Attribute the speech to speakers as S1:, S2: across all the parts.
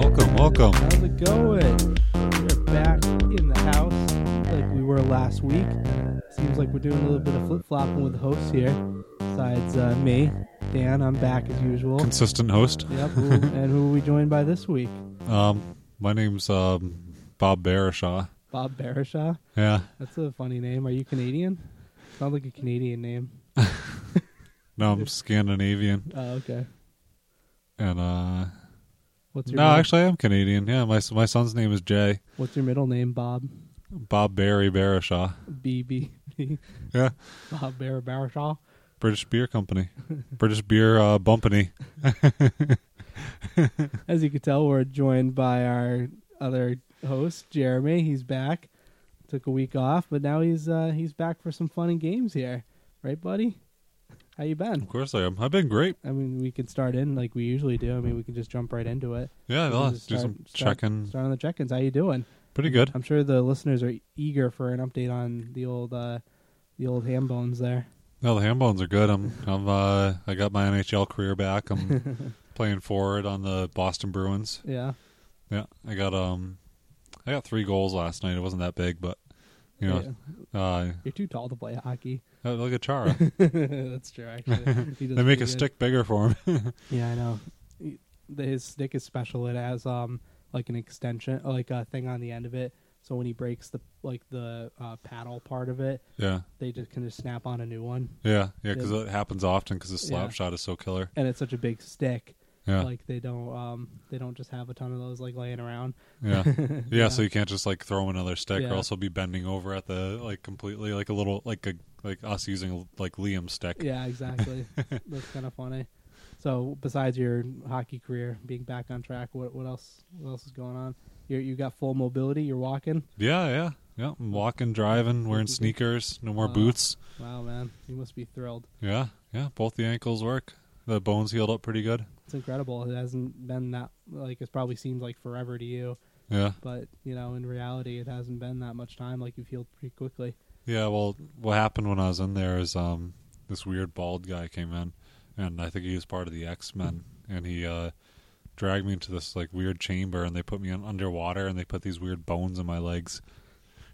S1: welcome.
S2: How's it going? We're back in the house like we were last week. Seems like we're doing a little bit of flip flopping with the hosts here. Besides uh, me, Dan, I'm back as usual.
S1: Consistent host.
S2: Yep. who- and who are we joined by this week?
S1: Um, my name's um, Bob Barishaw.
S2: Bob Barishaw.
S1: Yeah.
S2: That's a funny name. Are you Canadian? Sounds like a Canadian name.
S1: No, I'm Scandinavian,
S2: Oh, okay.
S1: and uh,
S2: What's your
S1: no,
S2: middle,
S1: actually, I'm Canadian. Yeah, my my son's name is Jay.
S2: What's your middle name, Bob?
S1: Bob Barry Barishaw.
S2: B B E? B.
S1: Yeah,
S2: Bob Bar Barishaw.
S1: British Beer Company, British Beer uh, Bumpany.
S2: As you can tell, we're joined by our other host, Jeremy. He's back. Took a week off, but now he's uh, he's back for some fun and games here, right, buddy? How you
S1: Of
S2: been?
S1: course, I am. I've been great.
S2: I mean, we can start in like we usually do. I mean, we can just jump right into it.
S1: Yeah,
S2: We
S1: no,
S2: can
S1: let's
S2: just
S1: do
S2: start-
S1: some
S2: start-
S1: checking.
S2: Start on the check-ins. How you doing?
S1: Pretty good.
S2: I'm sure the listeners are eager for an update on the old uh, the old ham bones there.
S1: No, the ham bones are good. I'm, I'm, uh, I got my NHL career back. I'm playing forward on the Boston Bruins.
S2: Yeah,
S1: Yeah, I got um, I got three goals last night. It wasn't that big, but you know, uh,
S2: you're too tall to play hockey.
S1: oh, look at Chara.
S2: That's true. Actually, He does
S1: they make
S2: pretty
S1: a
S2: good.
S1: stick bigger for him.
S2: Yeah, I know. He- the- His stick is special. It has um like an extension, like a thing on the end of it. So when he breaks the like the uh, paddle part of it,
S1: yeah,
S2: they just can just snap on a new one.
S1: yeah, yeah. Because
S2: Yeah.
S1: it happens often. Because the slap
S2: Yeah.
S1: shot is so killer.
S2: And it's such a big stick.
S1: Yeah,
S2: Like they don't um they don't just have a ton of those like laying around.
S1: yeah. yeah, So you can't just like throw another stick,
S2: Yeah.
S1: or else he'll be bending over at the like completely like a little like a like us using like Liam's stick.
S2: Yeah, exactly. That's kind of funny. So besides your hockey career being back on track, what what else what else is going on? You you got full mobility. You're walking.
S1: yeah, yeah. yeah. I'm walking, driving, wearing sneakers, no more
S2: Wow.
S1: boots.
S2: Wow, man, you must be thrilled.
S1: Yeah, yeah. Both the ankles work. The bones healed up pretty good.
S2: It's incredible. It hasn't been that like it probably seems like forever to you,
S1: Yeah.
S2: but you know, in reality, it hasn't been that much time. Like you've healed pretty quickly.
S1: Yeah, well, what happened when I was in there is um, this weird bald guy came in, and I think he was part of the X Men, and he uh, dragged me into this like weird chamber, and they put me in underwater, and they put these weird bones in my legs.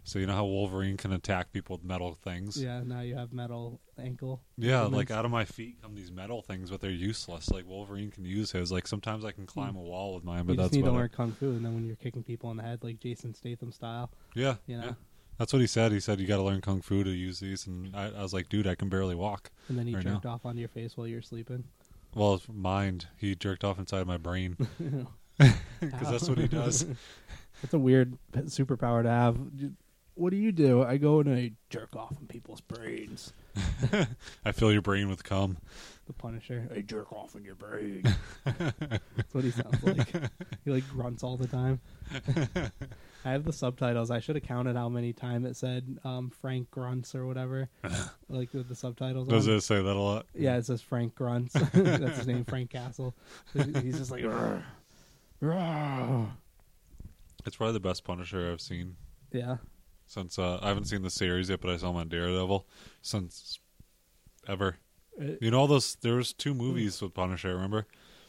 S1: So you know how Wolverine can attack people with metal things?
S2: Yeah, now you have metal ankle.
S1: Yeah,
S2: ligaments.
S1: like out of my feet come these metal things, but they're useless. Like Wolverine can use his. Like sometimes I can climb a wall with mine, but
S2: Hmm. you just
S1: that's
S2: need to
S1: about
S2: learn
S1: it.
S2: kung fu, and then when you're kicking people in the head, like Jason Statham style,
S1: Yeah,
S2: you know,
S1: yeah. That's what he said. He said you got to learn kung fu to use these, and I, I was like, dude, I can barely walk.
S2: and then you
S1: Right
S2: jerked off onto your face while you're sleeping.
S1: Well, it's mind. He jerked off inside my brain because that's what he does.
S2: That's a weird p- superpower to have. J- What do you do? I go and I jerk off in people's brains.
S1: I fill your brain with cum.
S2: The Punisher. I jerk off in your brain. That's what he sounds like. He like grunts all the time. I have the subtitles. I should have counted how many times it said um, Frank grunts or whatever, like with the subtitles.
S1: Does
S2: on.
S1: it say that a lot?
S2: Yeah, it says Frank grunts. That's his name, Frank Castle. He's just like, "Rrr, rrr."
S1: It's probably the best Punisher I've seen
S2: yeah.
S1: since uh, I haven't seen the series yet, but I saw him on Daredevil since ever.
S2: It-
S1: You know, all those there was two movies with Punisher. Remember,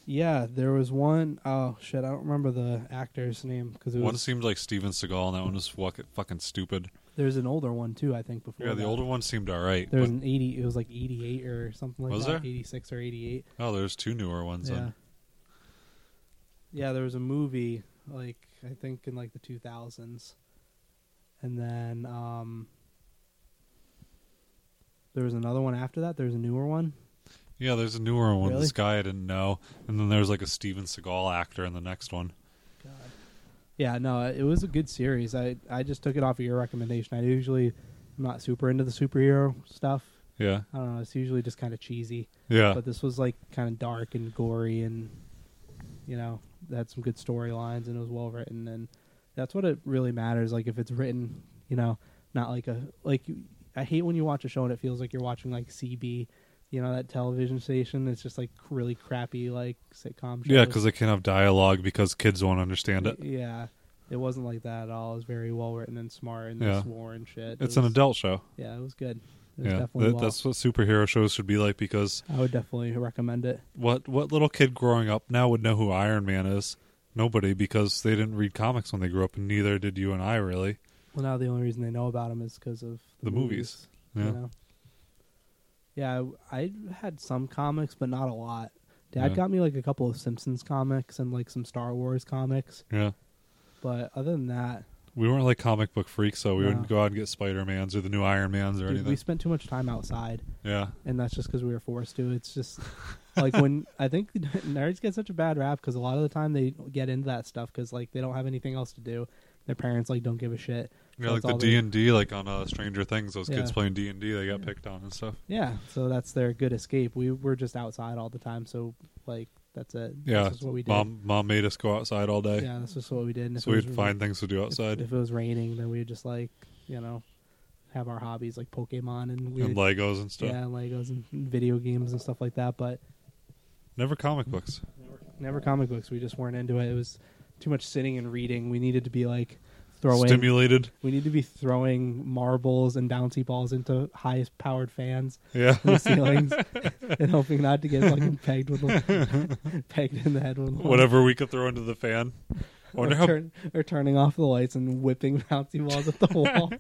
S2: Yeah, there was one oh shit, I don't remember the actor's name because it was
S1: one seemed like Steven Seagal, and that one was fuck, fucking stupid.
S2: there's an older one too. I think before
S1: Yeah, the
S2: that.
S1: older one seemed all right.
S2: There was
S1: But,
S2: an eighty. It was like eighty eight or something like
S1: Was
S2: that.
S1: there?
S2: Eighty six or eighty eight.
S1: oh, there's two newer ones.
S2: Yeah.
S1: Then.
S2: Yeah, there was a movie like I think in like the two thousands, and then um, there was another one after that. There was a newer one.
S1: Yeah, there's a newer one.
S2: Really?
S1: This guy I didn't know, and then there's like a Steven Seagal actor in the next one.
S2: God. Yeah, no, it was a good series. I I just took it off of your recommendation. I usually I'm not super into the superhero stuff.
S1: Yeah,
S2: I don't know. It's usually just kind of cheesy.
S1: yeah.
S2: but this was like kind of dark and gory and you know it had some good storylines and it was well written and that's what it really matters like if it's written you know not like a like you, i hate when you watch a show and it feels like you're watching like cb you know that television station it's just like really crappy like sitcom shows.
S1: Yeah, because they can't have dialogue because kids won't understand it.
S2: yeah it wasn't like that at all it was very well written and smart and yeah.
S1: Yeah.
S2: swore and shit It
S1: It's an
S2: was-
S1: adult show.
S2: yeah it was good it was
S1: Yeah,
S2: definitely
S1: That-
S2: well.
S1: that's what superhero shows should be like. Because
S2: i would definitely recommend it
S1: what what little kid growing up now would know who Iron Man is? Nobody, because they didn't read comics when they grew up, and neither did you and I, really.
S2: Well, now the only reason they know about him is because of
S1: The movies. Yeah.
S2: You know? Yeah, I I had some comics, but not a lot. Dad
S1: Yeah.
S2: got me like a couple of Simpsons comics and like some Star Wars comics,
S1: Yeah.
S2: but other than that,
S1: We weren't like comic book freaks, so we
S2: No.
S1: wouldn't go out and get Spider Man's or the new Iron Man's or
S2: dude,
S1: anything.
S2: we spent too much time outside,
S1: yeah.
S2: and that's just because we were forced to. It's just like when I think nerds get such a bad rap because a lot of the time they get into that stuff because like they don't have anything else to do. Their parents like don't give a shit.
S1: Yeah,
S2: So
S1: like
S2: it's
S1: the
S2: all
S1: D
S2: they-
S1: and D, like on uh, Stranger Things, those kids
S2: Yeah.
S1: playing D and D, they got
S2: Yeah.
S1: picked on and stuff.
S2: Yeah, so that's their good escape. We were just outside all the time, so like that's it.
S1: Yeah,
S2: that's just what we did.
S1: mom, mom made us go outside all day,
S2: Yeah, that's just what we did. And if
S1: so
S2: it was
S1: we'd find things to do
S2: if-
S1: outside
S2: If, it was raining, then we'd just like you know have our hobbies like Pokemon and weird,
S1: and Legos and stuff.
S2: yeah, and Legos and video games and stuff like that. But
S1: Never comic books.
S2: never comic books. We just weren't into it. It was too much sitting and reading. We needed to be like throwing.
S1: Stimulated.
S2: we need to be throwing marbles and bouncy balls into highest powered fans
S1: Yeah.
S2: in the ceilings and hoping not to get fucking pegged with one- pegged in the head with one.
S1: Whatever we could throw into the fan. I
S2: Or,
S1: wonder how
S2: turn, or turning off the lights and whipping bouncy balls at the wall.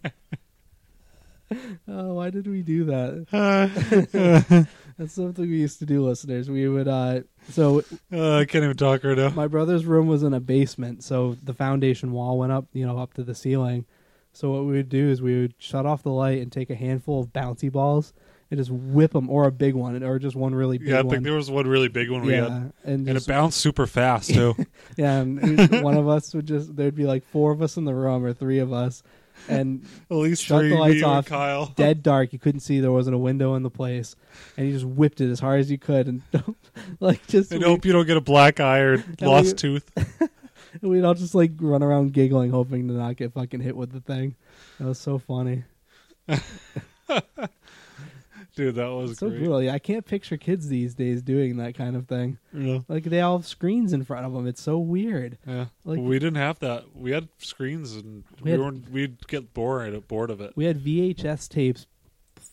S2: oh, why did we do that? That's something we used to do, listeners. We would uh so
S1: uh, I can't even talk right now.
S2: my brother's room was in a basement, so the foundation wall went up, you know, up to the ceiling. So what we would do is we would shut off the light and take a handful of bouncy balls and just whip them, or a big one, or just one really big
S1: Yeah, I
S2: one.
S1: think there was one really big one we
S2: yeah,
S1: had,
S2: and,
S1: and it
S2: just-
S1: bounced super fast too.
S2: yeah, and we- one of us would just there'd be like four of us in the room or three of us, and
S1: At least
S2: Shut the
S1: three,
S2: lights
S1: me and
S2: off.
S1: Kyle.
S2: dead dark. You couldn't see. There wasn't a window in the place, and you just whipped it as hard as you could, and like just
S1: And
S2: we-
S1: hope you don't get a black eye or lost
S2: we-
S1: tooth.
S2: we'd all just like run around giggling, hoping to not get fucking hit with the thing. That was so funny,
S1: Dude, that was
S2: so
S1: great.
S2: brutal. Yeah, I can't picture kids these days doing that kind of thing.
S1: Yeah.
S2: Like they all have screens in front of them. It's so weird.
S1: Yeah.
S2: Like-
S1: we didn't have that. We had screens and
S2: We
S1: we,
S2: had-
S1: weren't, we'd get bored, bored of it.
S2: We had VHS tapes,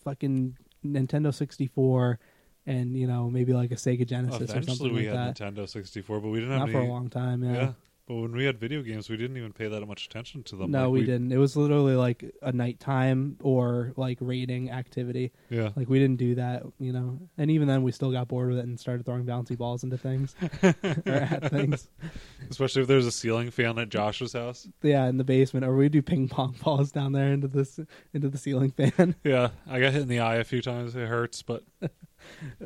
S2: fucking Nintendo sixty four, and you know maybe like a Sega Genesis E or
S1: Eventually,
S2: something
S1: we
S2: like
S1: had
S2: that.
S1: Nintendo 64, but we didn't
S2: Not
S1: have
S2: for a
S1: any.
S2: long time.
S1: yeah.
S2: Yeah.
S1: But when we had video games, we didn't even pay that much attention to them.
S2: No,
S1: Like,
S2: we, didn't. It was literally like a nighttime or like raiding activity.
S1: Yeah.
S2: Like we didn't do that, you know. And even then, we still got bored with it and started throwing bouncy balls into things or at things.
S1: Especially if there's a ceiling fan at Josh's house.
S2: Yeah, in the basement, or we do ping pong balls down there into this into the ceiling fan.
S1: Yeah. I got hit in the eye a few times. It hurts, but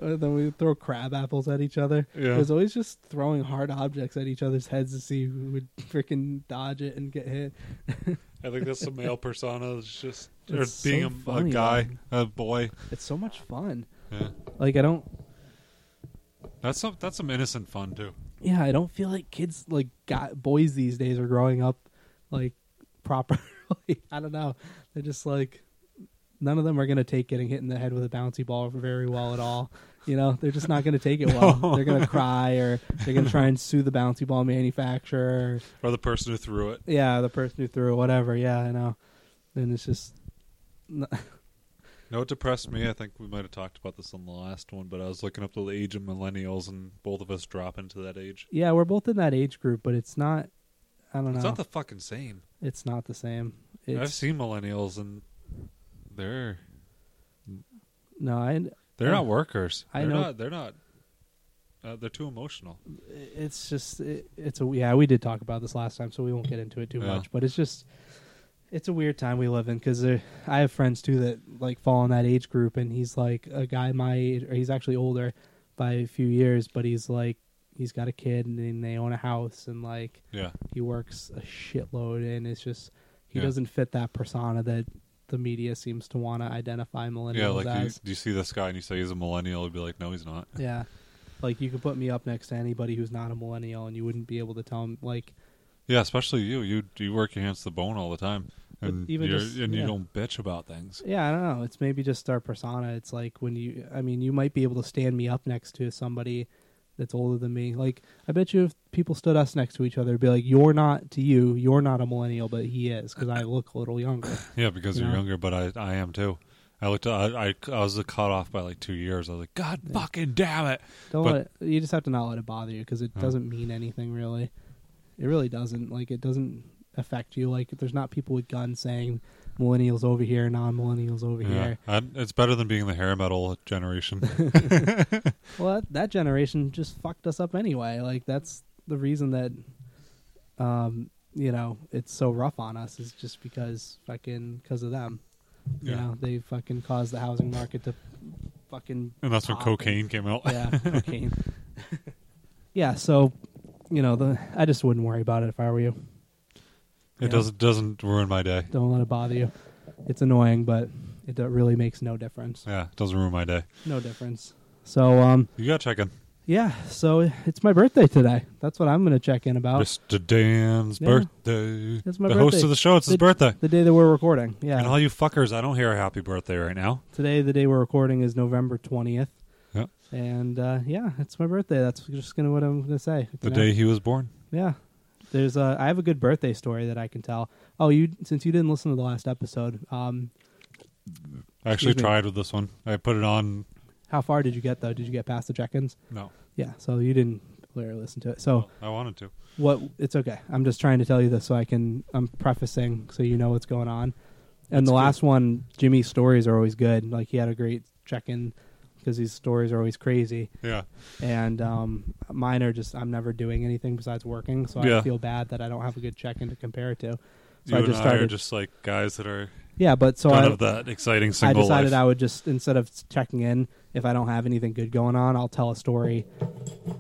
S2: Or then we throw crab apples at each other.
S1: Yeah.
S2: It was always just throwing hard objects at each other's heads to see who would freaking dodge it and get hit.
S1: I think that's the male persona. It's just or
S2: It's so
S1: being a- a,
S2: funny,
S1: guy,
S2: man.
S1: a boy.
S2: It's so much fun.
S1: Yeah.
S2: Like I don't
S1: That's some that's some innocent fun too.
S2: yeah, I don't feel like kids like got boys these days are growing up like properly. I don't know. They're just like none of them are gonna take getting hit in the head with a bouncy ball very well at all. You know, they're just not gonna take it well. They're gonna cry or they're gonna try and sue the bouncy ball manufacturer.
S1: Or the person who threw it.
S2: Yeah, the person who threw it, whatever. Yeah, I know. And it's just
S1: No, it depressed me. I think we might have talked about this on the last one, but I was looking up the age of millennials, and both of us drop into that age.
S2: yeah, we're both in that age group, but it's not. I don't know.
S1: It's not the fucking same.
S2: it's not the same.
S1: I've
S2: It's,
S1: seen millennials, and they're
S2: no, I,
S1: they're
S2: Yeah.
S1: not workers.
S2: I
S1: they're
S2: know.
S1: Not, they're not. Uh, they're too emotional.
S2: it's just it, it's a yeah we did talk about this last time so we won't get into it too
S1: Yeah.
S2: much but it's just it's a weird time we live in because i have friends too that like fall in that age group and he's like a guy my age or he's actually older by a few years but he's like he's got a kid and then they own a house and like
S1: Yeah,
S2: he works a shitload and it's just he
S1: Yeah.
S2: doesn't fit that persona that the media seems to want to identify millennials
S1: yeah. Like you,
S2: as
S1: you see this guy, and you say he's a millennial, he'd be like, "No, he's not."
S2: yeah. Like you could put me up next to anybody who's not a millennial, and you wouldn't be able to tell them. Like
S1: Yeah, especially you. You you work your hands to the bone all the time,
S2: But
S1: and
S2: even
S1: you're,
S2: just-
S1: and you
S2: yeah.
S1: don't bitch about things.
S2: Yeah, I don't know. It's maybe just our persona. It's like when you, I mean, you might be able to stand me up next to somebody that's older than me. Like, I bet you if people stood us next to each other, it'd be like, you're not to you, you're not a millennial, but he is, because I look a little younger.
S1: Yeah, because
S2: You
S1: you're
S2: know?
S1: younger, but I I am too. I looked. I I, I was caught off by like two years. I was like, God
S2: Yeah.
S1: fucking damn it!
S2: Don't
S1: But-
S2: let it, you just have to not let it bother you, because it
S1: Huh.
S2: doesn't mean anything really. It really doesn't. Like it doesn't affect you. Like there's not people with guns saying millennials over here, non-millennials over
S1: Yeah.
S2: here.
S1: I, it's better than being the hair metal generation.
S2: Well, that, that generation just fucked us up anyway. Like that's the reason that, um, you know, it's so rough on us is just because fucking because of them. You
S1: Yeah.
S2: know, they fucking caused the housing market to fucking
S1: and that's when
S2: pop and-
S1: cocaine came out.
S2: yeah, cocaine. yeah, so you know, the I just wouldn't worry about it if I were you.
S1: It doesn't doesn't ruin my day.
S2: Don't let it bother you. It's annoying, but it do- really makes no difference.
S1: Yeah, it doesn't ruin my day.
S2: No difference. So um,
S1: You got to check in.
S2: yeah, so it's my birthday today. That's what I'm gonna check in about.
S1: Mr. Dan's
S2: Oh. Yeah.
S1: birthday.
S2: It's my
S1: the host
S2: birthday.
S1: of the show. It's his
S2: The-
S1: birthday.
S2: The day that we're recording, yeah.
S1: And all you fuckers, I don't hear a happy birthday right now.
S2: today, the day we're recording is November twentieth.
S1: Yeah.
S2: And uh, yeah, it's my birthday. That's just gonna what I'm gonna say.
S1: The
S2: you know?
S1: day he was born.
S2: Yeah. There's a I have a good birthday story that I can tell. Oh, you since you didn't listen to the last episode, um
S1: I actually
S2: Excuse me.
S1: tried with this one. I put it on.
S2: how far did you get though? Did you get past the check-ins?
S1: No,
S2: Yeah, so you didn't clearly listen to it. So
S1: I wanted to.
S2: what it's okay. I'm just trying to tell you this so I can I'm prefacing so you know what's going on. And
S1: That's
S2: the
S1: good.
S2: last one, Jimmy's stories are always good. Like he had a great check-in because these stories are always crazy.
S1: Yeah.
S2: And um, mine are just I'm never doing anything besides working, so
S1: Yeah.
S2: I feel bad that I don't have a good check-in to compare it to. So
S1: you
S2: I
S1: and
S2: just
S1: I are
S2: started.
S1: just like guys that are
S2: yeah, but so
S1: none
S2: I,
S1: of that exciting
S2: I
S1: single
S2: decided
S1: life.
S2: I would just instead of checking in, if I don't have anything good going on, I'll tell a story,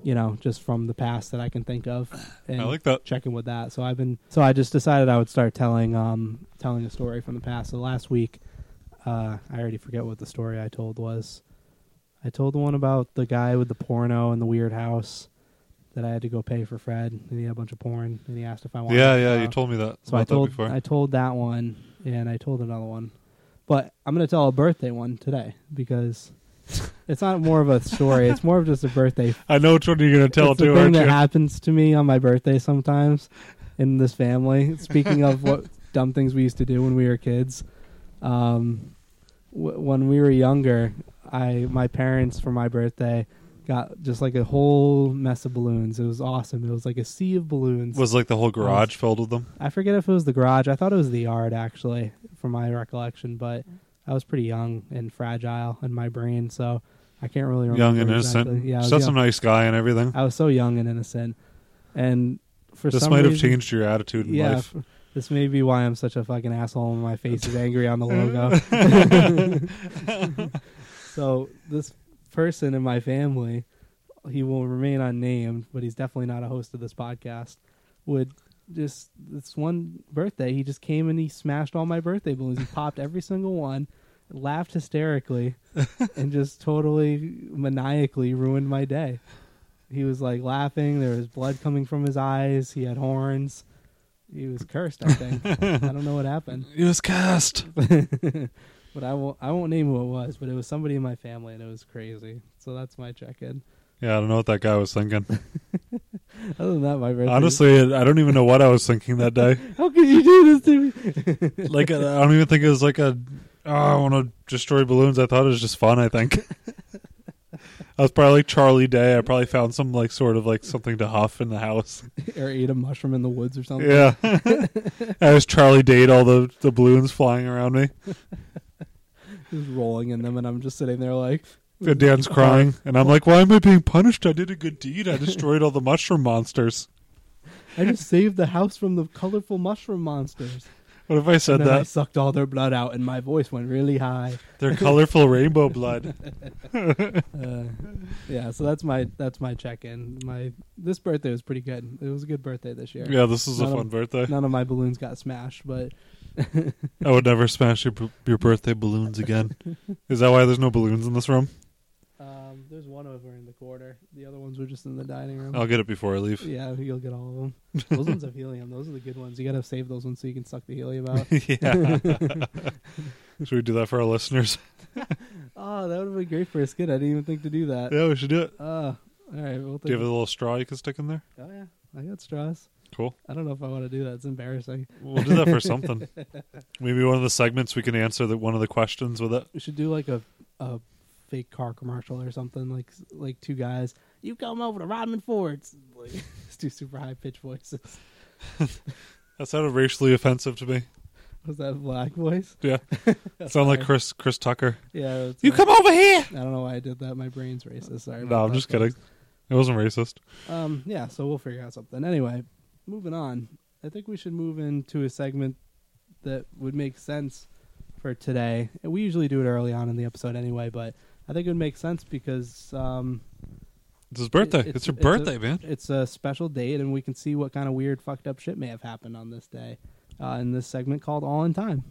S2: you know, just from the past that I can think of, and
S1: I like that.
S2: check in with that. So I've been so I just decided I would start telling um telling a story from the past. So last week, uh, I already forget what the story I told was. I told the one about the guy with the porno and the weird house that I had to go pay for Fred, and he had a bunch of porn, and he asked if I wanted.
S1: Yeah,
S2: it.
S1: yeah.
S2: Uh,
S1: You told me that.
S2: so
S1: about
S2: I told
S1: that before.
S2: I told that one, and I told another one, but I'm gonna tell a birthday one today because it's not more of a story. it's more of just a birthday.
S1: I know which one you're going to tell
S2: it's the
S1: too,
S2: thing
S1: aren't
S2: that
S1: you?
S2: happens to me on my birthday sometimes in this family. Speaking of what dumb things we used to do when we were kids, um, w- when we were younger, I my parents for my birthday. Got just like a whole mess of balloons. It was awesome. It was like a sea of balloons.
S1: Was like the whole garage filled with them.
S2: I forget if it was the garage. I thought it was the yard, actually, from my recollection. But I was pretty young and fragile in my brain, so I can't really remember.
S1: Young and
S2: exactly.
S1: innocent.
S2: Yeah, I was,
S1: Such a
S2: young.
S1: nice guy and everything.
S2: I was so young and innocent, and for
S1: This
S2: some
S1: might have
S2: reason-
S1: changed your attitude in
S2: Yeah,
S1: life.
S2: f- this may be why I'm such a fucking asshole and my face is angry on the logo. so this person in my family, he will remain unnamed, but he's definitely not a host of this podcast. Would just this one birthday, he just came and he smashed all my birthday balloons. He popped every single one, laughed hysterically, and just totally maniacally ruined my day. He was like laughing. There was blood coming from his eyes. He had horns. He was cursed. I think. I don't know what happened
S1: He was cast.
S2: but I won't. I won't name who it was, but it was somebody in my family, and it was crazy. So that's my check-in.
S1: Yeah, I don't know what that guy was thinking.
S2: Other than that, my birthday.
S1: Honestly, I don't even know what I was thinking that day.
S2: how could you do this to me?
S1: Like, I don't even think it was like a, oh, I want to destroy balloons. I thought it was just fun, I think. I was probably like Charlie Day. I probably found some, like, sort of like something to huff in the house.
S2: or ate a mushroom in the woods or something.
S1: Yeah. I was Charlie Dayed all the, the balloons flying around me.
S2: Just rolling in them, and I'm just sitting there like,
S1: And Dan's crying. And I'm like, why am I being punished? I did a good deed. I destroyed all the mushroom monsters.
S2: I just saved the house from the colorful mushroom monsters.
S1: What if I said
S2: And then I
S1: that?
S2: sucked all their blood out, and my voice went really high.
S1: They're colorful rainbow blood.
S2: Uh, yeah, so that's my that's my check-in. My this birthday was pretty good. It was a good birthday this year.
S1: Yeah, this is a
S2: None of-
S1: fun birthday.
S2: None of my balloons got smashed, but
S1: I would never smash your, b- your birthday balloons again. Is that why there's no balloons in this room?
S2: Um, there's one over in the corner. The other ones were just in the dining room.
S1: I'll get it before I leave.
S2: Yeah, you'll get all of them. Those ones have helium. Those are the good ones. You gotta save those ones so you can suck the helium out.
S1: yeah. Should we do that for our listeners?
S2: oh, that would have been great for a skit. I didn't even think to do that.
S1: Yeah, we should do it.
S2: Uh, all right. We'll
S1: Do
S2: think
S1: you have a little straw you can stick in there?
S2: oh yeah, I got straws.
S1: Cool.
S2: I don't know if I want to do that. It's embarrassing.
S1: We'll do that for something. Maybe one of the segments we can answer the, one of the questions with it.
S2: We should do like a a fake car commercial or something. Like like two guys. you come over to Rodman Ford's. Like, just do super high pitched voices.
S1: That sounded racially offensive to me.
S2: Was that a black voice?
S1: Yeah, sound like Chris Chris Tucker.
S2: Yeah. that's
S1: You
S2: my-
S1: come over here.
S2: I don't know why I did that. My brain's racist. Sorry.
S1: No,
S2: about
S1: I'm
S2: that,
S1: just
S2: folks.
S1: kidding. It wasn't racist.
S2: Um, yeah, so we'll figure out something. Anyway, moving on. I think we should move into a segment that would make sense for today. And we usually do it early on in the episode anyway, but I think it would make sense because um,
S1: It's his birthday.
S2: It-
S1: it's, your
S2: it's a-
S1: birthday, man.
S2: it's a special date and we can see what kind of weird, fucked up shit may have happened on this day uh, in this segment called All in Time.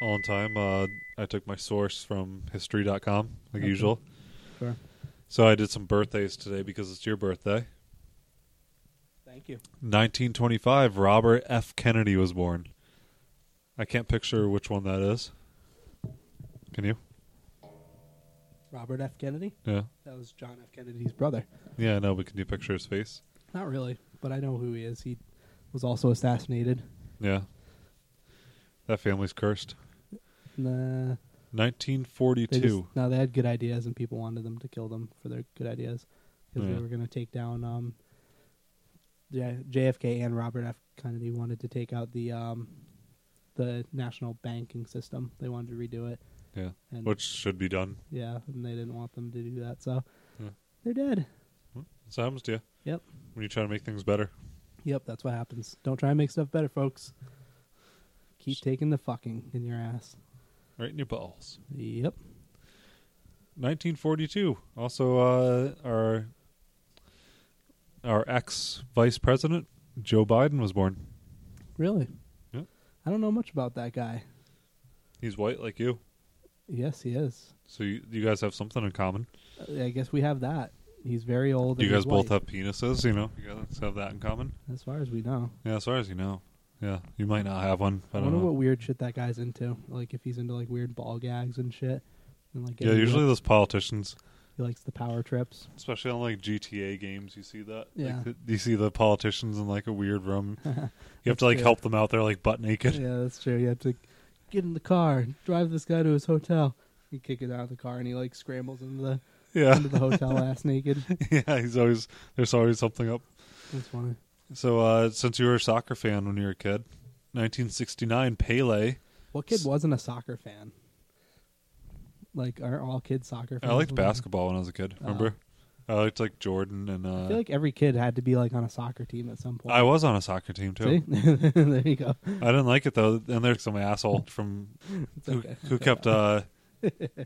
S1: All in time. Uh, I took my source from history.com, like
S2: Okay.
S1: usual.
S2: Sure.
S1: So I did some birthdays today because it's your birthday.
S2: Thank you.
S1: 1925, Robert F. Kennedy was born. I can't picture which one that is. Can you?
S2: Robert F. Kennedy?
S1: Yeah.
S2: That was John F. Kennedy's brother.
S1: Yeah, no, but can you picture his face?
S2: Not really, but I know who he is. He was also assassinated.
S1: Yeah. That family's cursed.
S2: Nah. They
S1: 1942.
S2: just- no, they had good ideas, and people wanted them to kill them for their good ideas because
S1: Yeah.
S2: they were going to take down um, J- JFK and Robert F. Kennedy wanted to take out the um, the national banking system. They wanted to redo it,
S1: yeah.
S2: and
S1: Which should be done.
S2: yeah, and they didn't want them to do that, so
S1: Yeah.
S2: they're dead.
S1: So happens to you
S2: Yep,
S1: when you try to make things better.
S2: yep, that's what happens. Don't try and make stuff better, folks. Keep taking the fucking in your ass.
S1: Right in your balls.
S2: Yep.
S1: 1942. Also, uh, our our ex vice president Joe Biden was born.
S2: Really?
S1: Yep.
S2: I don't know much about that guy.
S1: He's white like you,
S2: Yes, he is.
S1: so you, you guys have something in common.
S2: I guess we have that. He's very old.
S1: you
S2: and
S1: guys
S2: he's
S1: both
S2: white,
S1: have penises, you know. You guys have that in common.
S2: as far as we know.
S1: Yeah, as far as you know. Yeah, you might not have one.
S2: I,
S1: I don't
S2: wonder
S1: know.
S2: what weird shit that guy's into. Like if he's into like weird ball gags and shit, and like
S1: yeah,
S2: getting
S1: usually
S2: whipped.
S1: those politicians,
S2: he likes the power trips.
S1: especially on like GTA games, you see that.
S2: Yeah.
S1: Like, th- you see the politicians in like a weird room. you have
S2: That's
S1: to like
S2: true.
S1: help them out. They're like butt naked.
S2: yeah, that's true. You have to get in the car, and drive this guy to his hotel. You kick it out of the car, and he like scrambles into the
S1: Yeah,
S2: into the hotel ass naked.
S1: yeah. He's always there's always something up.
S2: That's funny.
S1: So, uh, since you were a soccer fan when you were a kid, 1969, Pele.
S2: What kid
S1: S-
S2: wasn't a soccer fan? Like are all kids soccer fans?
S1: I liked
S2: Like,
S1: basketball when I was a kid.
S2: Oh.
S1: Remember, I liked like Jordan and uh,
S2: I
S1: I,
S2: feel like every kid had to be like on a soccer team at some point.
S1: was on a soccer team too.
S2: See? there you go.
S1: I didn't like it though, and there's some asshole from
S2: It's
S1: who,
S2: okay.
S1: who kept. Uh,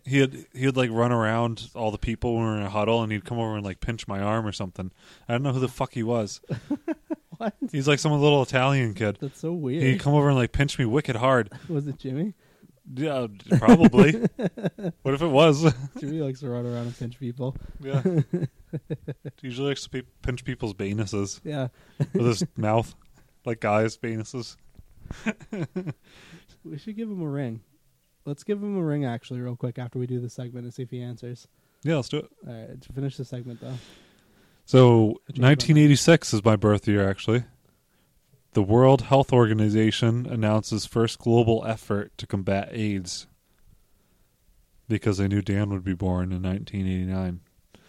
S1: he had he would like run around all the people when we were in a huddle, and he'd come over and like pinch my arm or something. I don't know who the fuck he was.
S2: What?
S1: He's like some little Italian kid.
S2: That's so
S1: He'd
S2: weird.
S1: come over and like pinch me wicked hard.
S2: was it Jimmy?
S1: Yeah, probably. what if it was?
S2: Jimmy likes to run around and pinch people.
S1: Yeah. Usually likes to pe- pinch people's banuses
S2: Yeah,
S1: with his mouth, like guys' banuses.
S2: we should give him a ring. Let's give him a ring actually, real quick, after we do the segment and see if he answers.
S1: Yeah, let's do it.
S2: All right, to finish the segment though.
S1: So,
S2: Achievement.
S1: 1986 is my birth year, actually. The World Health Organization announces first global effort to combat AIDS because they knew Dan would be born in 1989.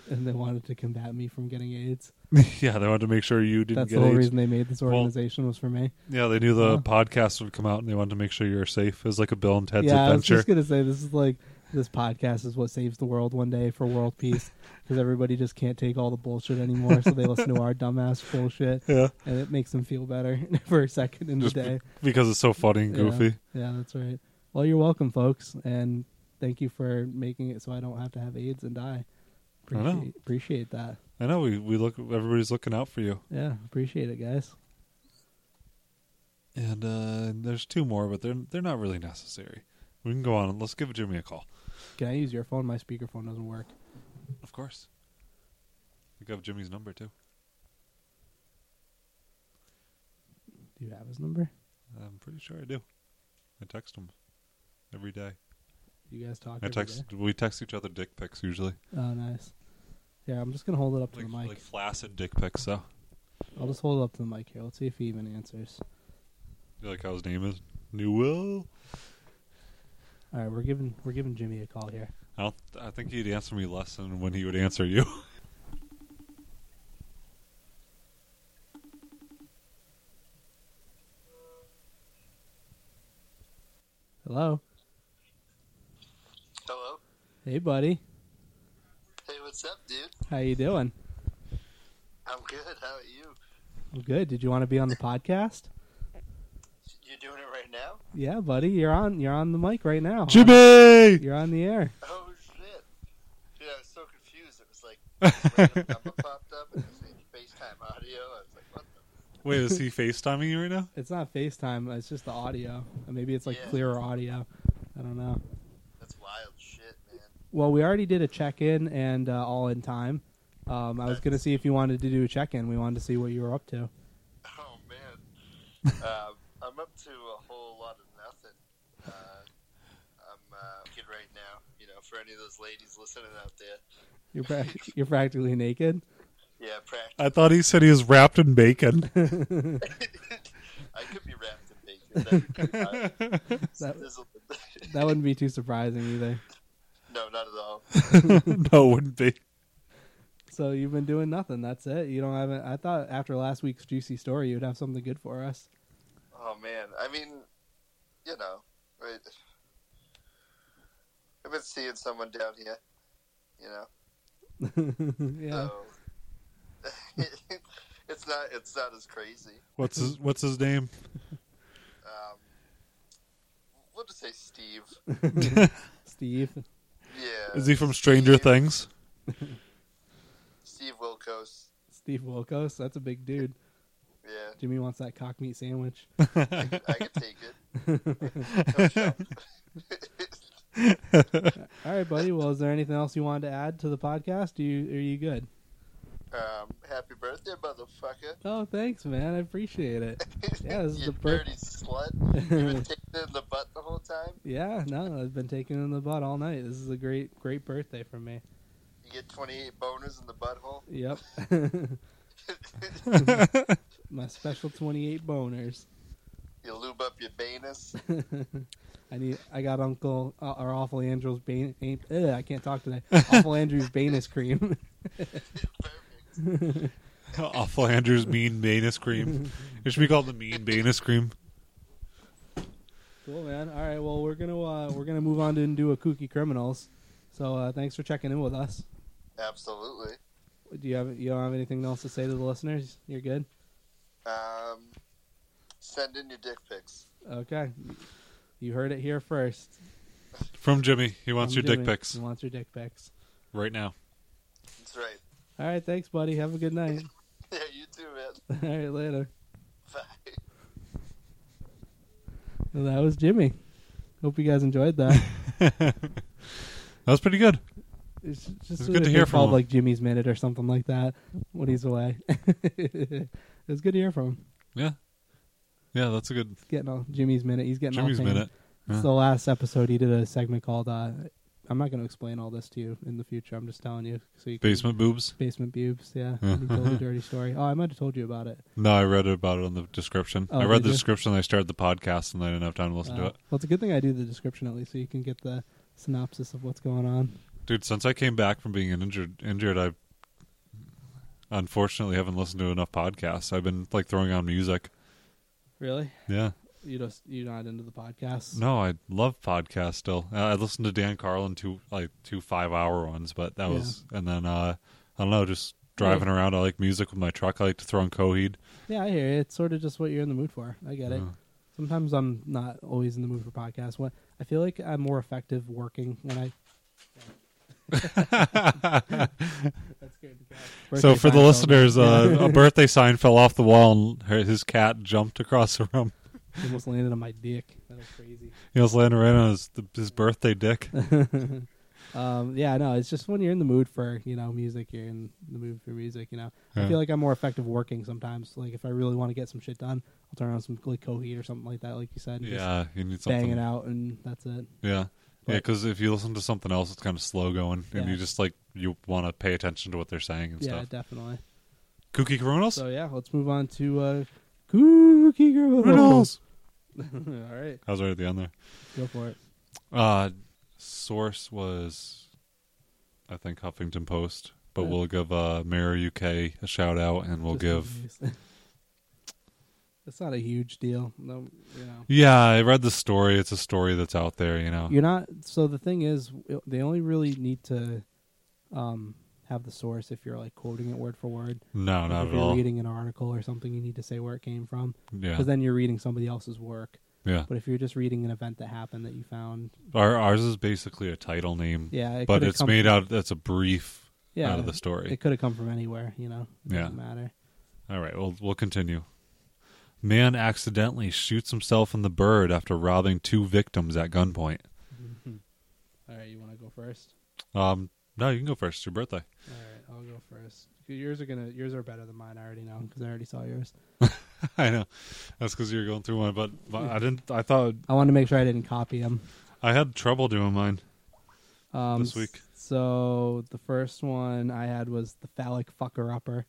S2: And they wanted to combat me from getting AIDS.
S1: yeah, they wanted to make sure you didn't
S2: That's the
S1: get
S2: whole
S1: AIDS.
S2: reason they made this
S1: Well,
S2: organization was for me.
S1: Yeah, they knew the
S2: Huh.
S1: podcast would come out and they wanted to make sure you were safe. It was like a Bill and Ted's
S2: yeah, I was
S1: adventure.
S2: just gonna say this is like this podcast is what saves the world one day for world peace because everybody just can't take all the bullshit anymore, so they listen to our dumbass bullshit
S1: yeah.
S2: and it makes them feel better for a second in
S1: Just
S2: the day.
S1: because it's so funny and
S2: Yeah.
S1: goofy.
S2: Yeah, that's right. Well, you're welcome, folks, and thank you for making it so I don't have to have AIDS and die.
S1: I know.
S2: Appreciate, appreciate that.
S1: I know we, we look everybody's looking out for you.
S2: Yeah, appreciate it, guys.
S1: And uh, there's two more, but they're they're not really necessary. We can go on and let's give Jimmy a call.
S2: Can I use your phone? My speakerphone doesn't work.
S1: Of course. We can have Jimmy's number too.
S2: Do you have his number?
S1: I'm pretty sure I do. I text him every day.
S2: You guys talk.
S1: I
S2: every
S1: text
S2: day?
S1: we text each other dick pics usually.
S2: Oh, nice. Yeah, I'm just gonna hold it up to
S1: Like
S2: the mic.
S1: like flaccid dick pics though.
S2: I'll just hold it up to the mic here. Let's see if he even answers.
S1: You like how his name is? New Will.
S2: All right, we're giving we're giving Jimmy a call here.
S1: I don't. I think he'd answer me less than when he would answer you.
S2: Hello.
S3: Hello.
S2: Hey, buddy.
S3: Hey, what's up, dude?
S2: How you doing?
S3: I'm good. How are you?
S2: I'm good. Did you want to be on the podcast?
S3: You doing it right now?
S2: Yeah, buddy. You're on you're on the mic right now.
S1: Jimmy.
S2: You're on the air.
S3: Oh shit! Dude, I was so confused. It was like random number popped up and it said FaceTime audio. I was like, what the?
S1: Wait, is he FaceTiming you right now?
S2: It's not FaceTime. It's just the audio. Or Maybe it's like
S3: Yeah.
S2: clearer audio. I don't know.
S3: That's wild shit, man.
S2: Well, we already did a check in and uh, all in time. Um, I was going to see if you wanted to do a check in. We wanted to see what you were up to.
S3: Oh man. um, I'm up to a whole lot of nothing. Uh, I'm uh, good right now. You know, for any of those ladies listening out there.
S2: You're prac you're practically naked.
S3: Yeah, practice.
S1: I thought he said he was wrapped in bacon.
S3: I could be wrapped in bacon. That'd be fine.
S2: That-
S3: Sizzle-
S2: That wouldn't be too surprising either.
S3: No, not at all.
S1: no, wouldn't be.
S2: So you've been doing nothing. That's it. You don't have. A, I thought after last week's juicy story, you'd have something good for us.
S3: Oh man, I mean, you know, right? I've been seeing someone down here, you know.
S2: yeah.
S3: Oh. So it's not it's not as crazy.
S1: What's his What's his name?
S3: Um, we'll just say Steve.
S2: Steve.
S3: Yeah.
S1: Is he from Stranger
S3: Steve-
S1: Things?
S3: Steve Wilkos.
S2: Steve Wilkos. That's a big dude.
S3: Yeah,
S2: Jimmy wants that cock meat sandwich.
S3: I could take it. No joke.
S2: All right, buddy. Well, is there anything else you wanted to add to the podcast? Do you are you good?
S3: um, happy birthday, motherfucker.
S2: Oh, thanks, man. I appreciate it. Yeah, this is
S3: you
S2: the birth-
S3: dirty slut. You've been taking it in the butt the whole time.
S2: Yeah, no, I've been taken in the butt all night. This is a great, great birthday for me.
S3: You get 28 boners in the
S2: Yep.
S3: butthole.
S2: My special 28 boners.
S3: you lube up your banus.
S2: I need. I got Uncle uh, or Awful Andrew's ban. ain't- Ugh, I can't talk today. Awful Andrew's banus cream.
S3: Perfect.
S1: Awful Andrew's mean banus cream. It should be called the mean banus cream.
S2: cool, man. All right. Well, we're gonna uh, we're gonna move on to and do a kooky criminals. So uh, thanks for checking in with us.
S3: Absolutely.
S2: Do you have you don't have anything else to say to the listeners? You're good.
S3: Um, send in your dick pics.
S2: Okay. You heard it here first.
S1: From Jimmy. He wants
S2: I'm
S1: your dick
S2: doing-
S1: pics
S2: he Wants your dick pics.
S1: right now.
S3: That's right.
S2: All right, thanks, buddy. Have a good night.
S3: Yeah, you too, man.
S2: All right, later.
S3: Bye.
S2: Well, that was Jimmy. Hope you guys enjoyed that.
S1: that was pretty good.
S2: It's just
S1: It's
S2: so
S1: good
S2: that
S1: to
S2: they
S1: hear from
S2: called,
S1: him.
S2: like Jimmy's minute or something like that when he's away. it was good to hear from him.
S1: Yeah. Yeah, that's a good
S2: Getting all Jimmy's minute. He's getting
S1: Jimmy's
S2: all pain.
S1: minute.
S2: It's
S1: Yeah.
S2: the last episode. He did a segment called. Uh, I'm not going to explain all this to you in the future. I'm just telling you. So you can-
S1: Basement boobs.
S2: basement boobs. Yeah, And he told a dirty story. Oh, I might have told you about it.
S1: No, I read about it on the description.
S2: Oh,
S1: I read
S2: did
S1: the
S2: you?
S1: description. I started the podcast, and I didn't have time to listen to
S2: Uh,
S1: it.
S2: Well, it's a good thing I do the description at least, so you can get the synopsis of what's going on.
S1: Dude, since I came back from being injured, injured, I unfortunately haven't listened to enough podcasts. I've been like throwing on music.
S2: Really?
S1: Yeah.
S2: You just you're not into the podcast?
S1: No, I love podcasts still. Uh, I listened to Dan Carlin two like two five hour ones, but that
S2: Yeah.
S1: was and then uh I don't know, just driving around. I like music with my truck. I like to throw on Coheed.
S2: Yeah, I hear you. It's sort of just what you're in the mood for. I get it.
S1: Yeah.
S2: Sometimes I'm not always in the mood for podcasts. What I feel like I'm more effective working when I. That's good.
S1: so for the listeners, uh, a birthday sign fell off the wall and her, his cat jumped across the room.
S2: almost landed on my dick. That was crazy.
S1: He was landing right on his his birthday dick.
S2: Um, yeah, no, it's just when you're in the mood for you know music, you're in the mood for music. You know, I
S1: Yeah.
S2: feel like I'm more effective working sometimes. Like if I really want to get some shit done, I'll turn on some like Coheed or something like that, like you said. and just
S1: Yeah, you need
S2: bang
S1: something.
S2: it out, and that's it.
S1: Yeah.
S2: But-
S1: Yeah, because if you listen to something else, it's kind of slow going, and
S2: Yeah.
S1: you just like you want to pay attention to what they're saying and
S2: yeah,
S1: stuff.
S2: definitely.
S1: Kooky Criminals.
S2: So yeah, let's move on to uh, Kooky Criminals. All right,
S1: I was right at the end there.
S2: go for it.
S1: Uh, source was, I think, Huffington Post. But
S2: Yeah.
S1: we'll give uh, Mirror UK a shout out, and we'll
S2: Just in
S1: give.
S2: case. it's not a huge deal. No, you know.
S1: Yeah, I read the story. It's a story that's out there, you know.
S2: You're not. So the thing is, w- they only really need to um, have the source if you're like quoting it word for word.
S1: no,
S2: Like,
S1: not
S2: if
S1: at
S2: you're
S1: all.
S2: reading an article or something, you need to say where it came from
S1: yeah,
S2: because then you're reading somebody else's work.
S1: yeah.
S2: But if you're just reading an event that happened that you found,
S1: Our, ours is basically a title name,
S2: yeah, it
S1: but
S2: could've
S1: it's
S2: come
S1: made
S2: from,
S1: out. That's a brief
S2: yeah,
S1: out of the story.
S2: It could have come from anywhere. You know, it
S1: Yeah.
S2: doesn't matter.
S1: All right, well, we'll continue. Man accidentally shoots himself in the bird after robbing two victims at gunpoint.
S2: Mm-hmm. All right, you want to go first?
S1: Um, no, you can go first. It's your birthday.
S2: All right, I'll go first. Yours are gonna yours are better than mine. I already know because I already saw yours.
S1: I know. That's because you were going through one, but, but
S2: Hmm.
S1: I didn't. I thought
S2: I wanted to make sure I didn't copy them
S1: I had trouble doing mine.
S2: um,
S1: This week.
S2: s- So the first one I had was the phallic fucker upper.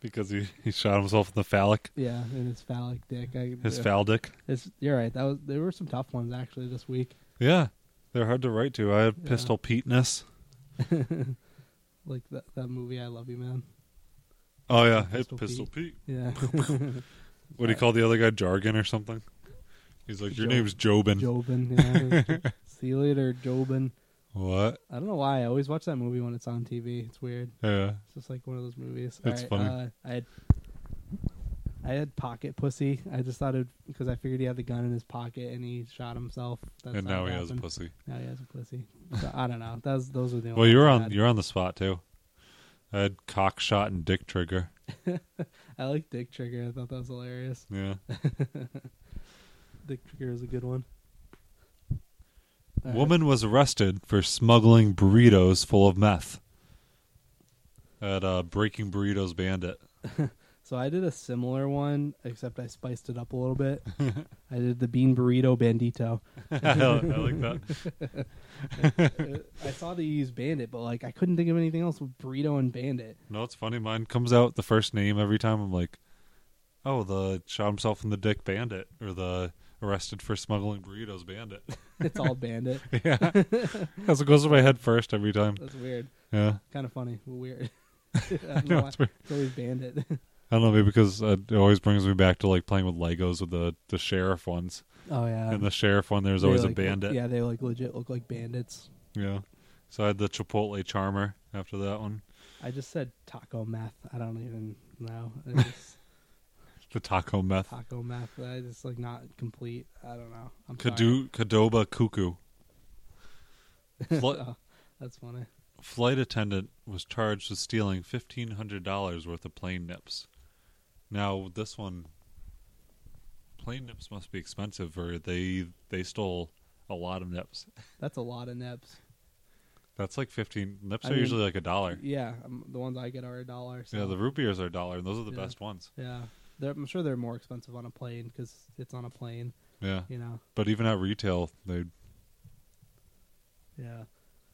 S1: because he, he shot himself in the phallic,
S2: Yeah, and his phallic dick. I,
S1: his
S2: uh,
S1: foul dick.
S2: It's, you're right. That was there were some tough ones actually this week.
S1: Yeah, they're hard to write to. I had
S2: Yeah.
S1: pistol Peteness.
S2: Like that that movie I Love You Man.
S1: Oh yeah, hey,
S2: Pistol
S1: pistol, Pete.
S2: Yeah,
S1: What do you call the other guy? Jargon or something? He's like, your
S2: Job-
S1: name's Jobin.
S2: Jobin. Yeah. See you later, Jobin.
S1: What?
S2: I don't know why I always watch that movie when it's on TV. It's weird.
S1: Yeah.
S2: It's just like one of those movies.
S1: It's funny.
S2: Uh, I had I had pocket pussy. I just thought it because I figured he had the gun in his pocket and he shot himself. That's
S1: and
S2: how
S1: now
S2: it
S1: he has a
S2: happened.
S1: pussy.
S2: Now he has a Oh, pussy. So, I don't know. That's those are the. Only
S1: Well, you're
S2: ones I
S1: on
S2: had.
S1: you're on the spot too. I had cock shot and dick trigger.
S2: I like Dick Trigger. I thought that was hilarious.
S1: Yeah.
S2: Dick Trigger is a good one. All right.
S1: Woman was arrested for smuggling burritos full of meth. At uh, Breaking Burritos Bandit.
S2: So I did a similar one, except I spiced it up a little bit. I did the bean burrito bandito.
S1: I like that.
S2: I saw they used bandit, but like I couldn't think of anything else with burrito and bandit.
S1: No, it's funny. Mine comes out the first name every time. I'm like, oh, the shot himself in the dick bandit or the arrested for smuggling burritos bandit.
S2: It's all bandit.
S1: yeah. That's what goes to my head first every time.
S2: That's weird.
S1: Yeah.
S2: Kind of funny. but Weird. I don't know
S1: No,
S2: why.
S1: it's weird.
S2: It's always bandit.
S1: I don't know, maybe because uh, it always brings me back to like playing with Legos with the, the sheriff ones.
S2: oh yeah.
S1: and the sheriff one, there's always a bandit.
S2: Yeah, they like legit look like bandits.
S1: Yeah. So I had the Chipotle Charmer after that one.
S2: I just said taco meth. I don't even know. I just-
S1: The Taco Meth.
S2: taco meth. I just like not complete. I don't know. I'm sorry.
S1: Kadu- Kadoba Cuckoo. Fli-
S2: Oh, that's funny.
S1: Flight attendant was charged with stealing $1,500 worth of plane nips. Now, this one, plane nips must be expensive, or they they stole a lot of nips.
S2: That's a lot of nips.
S1: That's like 15. Nips
S2: I
S1: are
S2: mean-
S1: usually like a dollar.
S2: Yeah, um, the ones I get are a dollar. So.
S1: Yeah, the root beers are a dollar, and those are the
S2: Yeah.
S1: best ones.
S2: Yeah, they're, I'm sure they're more expensive on a plane because it's on a plane.
S1: Yeah.
S2: You know.
S1: But even at retail, they.
S2: Yeah.
S1: are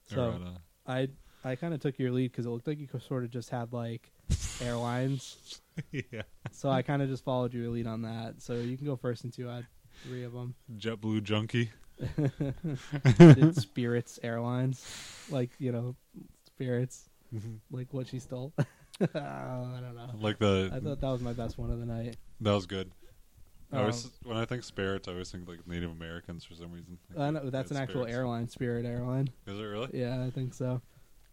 S2: So
S1: at a,
S2: I I kind of took your lead because it looked like you sort of just had like airlines.
S1: yeah.
S2: So I kind of just followed your lead on that. So you can go first since you had three of them.
S1: JetBlue Junkie.
S2: It's Spirits Airlines, like you know, Spirits, like what she stole. I don't know.
S1: Like the
S2: I thought that was my best one of the night.
S1: that was good. I always
S2: Um,
S1: when I think spirits, I always think like Native Americans for some reason. Like,
S2: I
S1: they
S2: know, that's an
S1: had
S2: actual
S1: spirits.
S2: airline, Spirit Airline.
S1: Is it really?
S2: Uh, Yeah, I think so.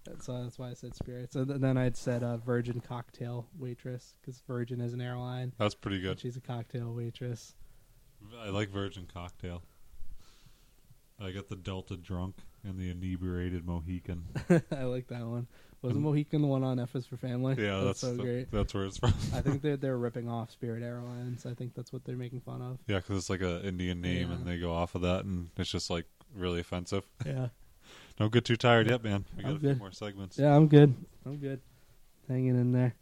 S2: That's, uh, that's why I said Spirits. And th- then I'd said uh, Virgin Cocktail Waitress because Virgin is an airline.
S1: That's pretty
S2: and
S1: good.
S2: She's a cocktail waitress.
S1: I like Virgin Cocktail. I got the Delta Drunk and the Inebriated Mohican.
S2: I like that one. Wasn't Mohican the one on F is for Family?
S1: Um, Yeah, that's
S2: so
S1: the-
S2: great.
S1: That's where it's from.
S2: I think they're they're ripping off Spirit Airlines. I think that's what they're making fun of.
S1: Yeah, because it's like a Indian name,
S2: Yeah.
S1: and they go off of that, and it's just like really offensive.
S2: Yeah.
S1: Don't get too tired yet, man. We got
S2: I'm
S1: a few
S2: good.
S1: more segments.
S2: Yeah, I'm good. I'm good. Hanging in there.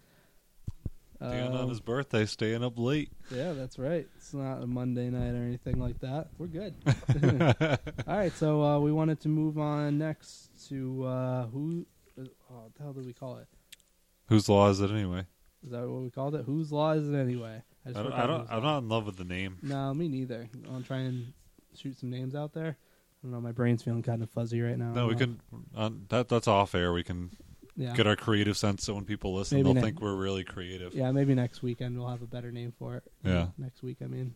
S1: Dan
S2: Um,
S1: on his birthday, staying up late.
S2: yeah, that's right. It's not a Monday night or anything like that. We're good. All right, so uh, we wanted to move on next to uh, who? Uh, oh, what the hell did we call it?
S1: Whose law is it anyway?
S2: Is that what we called it? Whose law is it anyway? I just
S1: I don't,
S2: worked out
S1: I don't
S2: those-
S1: I'm not in love with the name.
S2: No, me neither. I'll try and shoot some names out there. I don't know. My brain's feeling kind of fuzzy right now.
S1: No, we
S2: Uh,
S1: can um, that that's off air. We can
S2: yeah.
S1: get our creative sense so when people listen,
S2: Maybe
S1: they'll
S2: next-
S1: think we're really creative.
S2: Yeah, maybe next weekend we'll have a better name for it.
S1: Yeah.
S2: Next week, I mean.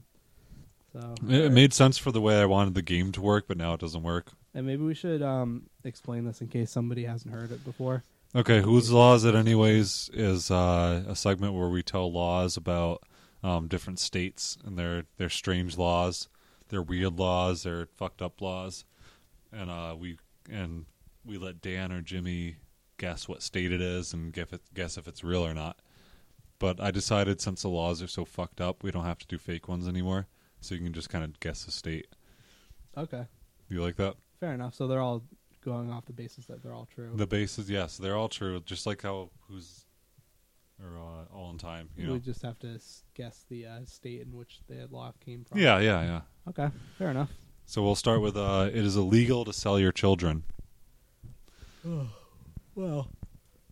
S2: So
S1: It, it made sense for the way I wanted the game to work, but now it doesn't work.
S2: and maybe we should um, explain this in case somebody hasn't heard it before.
S1: Okay, whose laws it anyways is uh, a segment where we tell laws about um, different states and their their strange laws, their weird laws, their fucked up laws, and uh, we and we let Dan or Jimmy guess what state it is and guess if, guess if it's real or not. But I decided since the laws are so fucked up, we don't have to do fake ones anymore, so you can just kind of guess the state.
S2: Okay,
S1: You like that?
S2: fair enough. So they're all going off the basis that they're all true.
S1: The bases, yes, they're all true. Just like how who's or uh, all in time, you know.
S2: We just have to s- guess the uh, state in which the law came from.
S1: Yeah, yeah, yeah.
S2: Okay, fair enough.
S1: So we'll start with uh, it is illegal to sell your children.
S2: Well,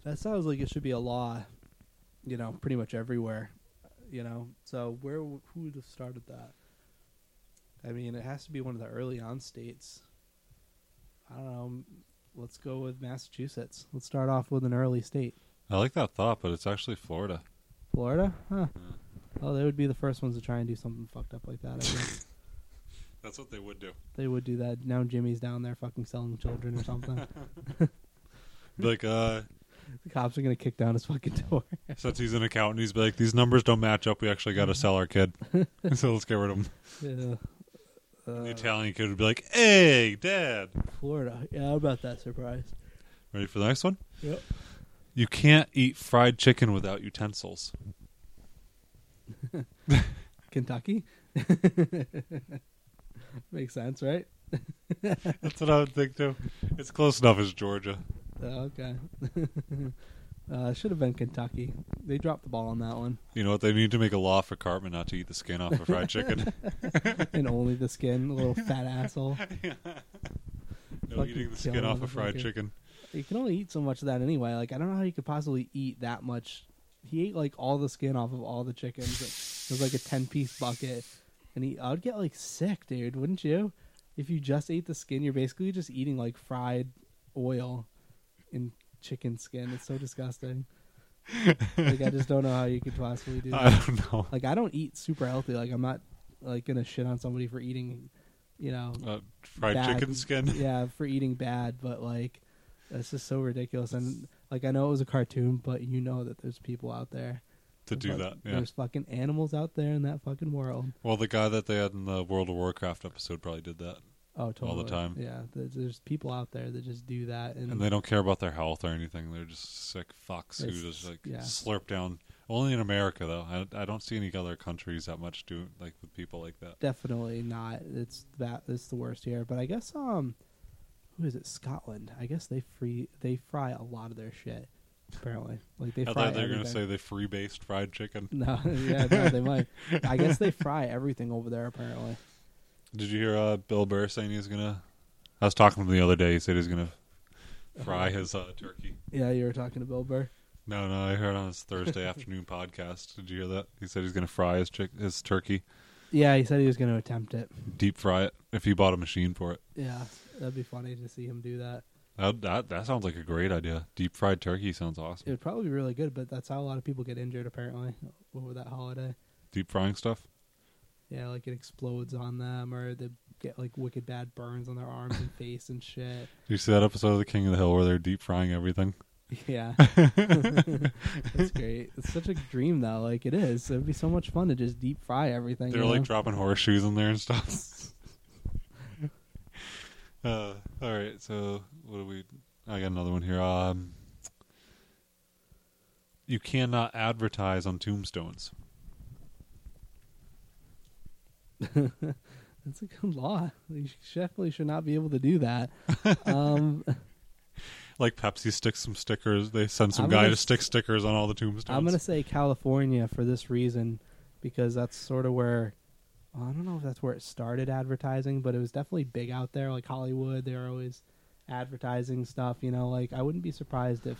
S2: that sounds like it should be a law, you know, pretty much everywhere, you know. So where w- who would have started that? I mean, it has to be one of the early on states. I don't know. m- Let's go with Massachusetts. Let's start off with an early state,
S1: I like that thought, but it's actually Florida.
S2: Florida,
S1: Uh-huh.
S2: huh? Oh, they would be the first ones to try and do something fucked up like that. I guess
S1: That's what they would do.
S2: they would do that. Now Jimmy's down there fucking selling children or something.
S1: Like, uh,
S2: the cops are gonna kick down his fucking door.
S1: since he's an accountant, he's be like, these numbers don't match up. We actually got to
S2: Mm-hmm.
S1: sell our kid. so let's get rid of him.
S2: yeah.
S1: The
S2: Uh,
S1: Italian kid would be like, hey, dad.
S2: Florida. Yeah, how about that surprise?
S1: Ready for the next one?
S2: Yep.
S1: You can't eat fried chicken without utensils.
S2: Kentucky? Makes sense, right?
S1: That's what I would think, too. It's close enough as Georgia.
S2: Oh, okay. uh, should have been Kentucky. They dropped the ball on that one.
S1: You know what? They need to make a law for Cartman not to eat the skin off of fried chicken.
S2: and only the skin, little fat asshole.
S1: no
S2: Fucking
S1: eating the
S2: kill
S1: skin off of
S2: motherfucker.
S1: fried chicken.
S2: You can only eat so much of that anyway. Like, I don't know how you could possibly eat that much. He ate, like, all the skin off of all the chickens. It was, like, a 10 piece bucket. And he, I would get, like, sick, dude, wouldn't you? If you just ate the skin, you're basically just eating, like, fried oil and chicken skin. It's so disgusting. like, I just don't know how you could possibly do
S1: I
S2: that.
S1: don't know.
S2: Like, I don't eat super healthy. Like, I'm not, like, gonna shit on somebody for eating, you know,
S1: Uh, fried
S2: bad-
S1: chicken skin.
S2: yeah, for eating bad, but like that's just so ridiculous. And like I know it was a cartoon, but you know that there's people out there
S1: to do
S2: Fuck-
S1: that. Yeah.
S2: There's fucking animals out there in that fucking world.
S1: Well, the guy that they had in the World of Warcraft episode probably did that,
S2: Oh, totally.
S1: time.
S2: Yeah, there's, there's people out there that just do that, and,
S1: and they don't care about their health or anything. They're just sick fucks who
S2: It's-
S1: just like
S2: yeah.
S1: slurp down. Only in America though. I, I don't see any other countries that much do like with people like that.
S2: definitely not. It's that. It's the worst here. But I guess um, who is it? Scotland. I guess they free they fry a lot of their shit. Apparently, like they fry.
S1: I thought they were gonna
S2: everything.
S1: say they free based fried chicken.
S2: no. yeah, no, they might. I guess they fry everything over there. Apparently.
S1: Did you hear uh, Bill Burr saying he's gonna? I was talking to him the other day. He said he's gonna fry his uh, turkey.
S2: Yeah, you were talking to Bill Burr.
S1: No, no, I heard on his Thursday afternoon podcast. Did you hear that? He said he's gonna fry his chick- his turkey,
S2: Yeah, he said he was going to attempt it.
S1: deep fry it. If he bought a machine for it.
S2: Yeah, that'd be funny to see him do that.
S1: That, that that sounds like a great idea. Deep fried turkey sounds
S2: It
S1: awesome.
S2: would probably be really good, but that's how a lot of people get injured apparently over that holiday.
S1: Deep frying stuff.
S2: Yeah, like it explodes on them, or they get like wicked bad burns on their arms and face and shit.
S1: Did you see that episode of The King of the Hill where they're deep frying everything?
S2: Yeah, that's great. It's such a dream though. Like it is. It'd be so much fun to just deep fry everything.
S1: They're
S2: you
S1: like
S2: know?
S1: dropping horseshoes in there and stuff. uh, all right, so what do we? I got another one here. Um, you cannot advertise on tombstones.
S2: That's a good law. You sh- definitely should not be able to do that. Um,
S1: Like Pepsi sticks some stickers. They send some
S2: I'm
S1: guy
S2: gonna
S1: to
S2: s-
S1: stick stickers on all the tombstones.
S2: I'm gonna say California for this reason, because that's sort of where well, I don't know if that's where it started advertising, but it was definitely big out there, like Hollywood. They were always advertising stuff, you know. Like I wouldn't be surprised if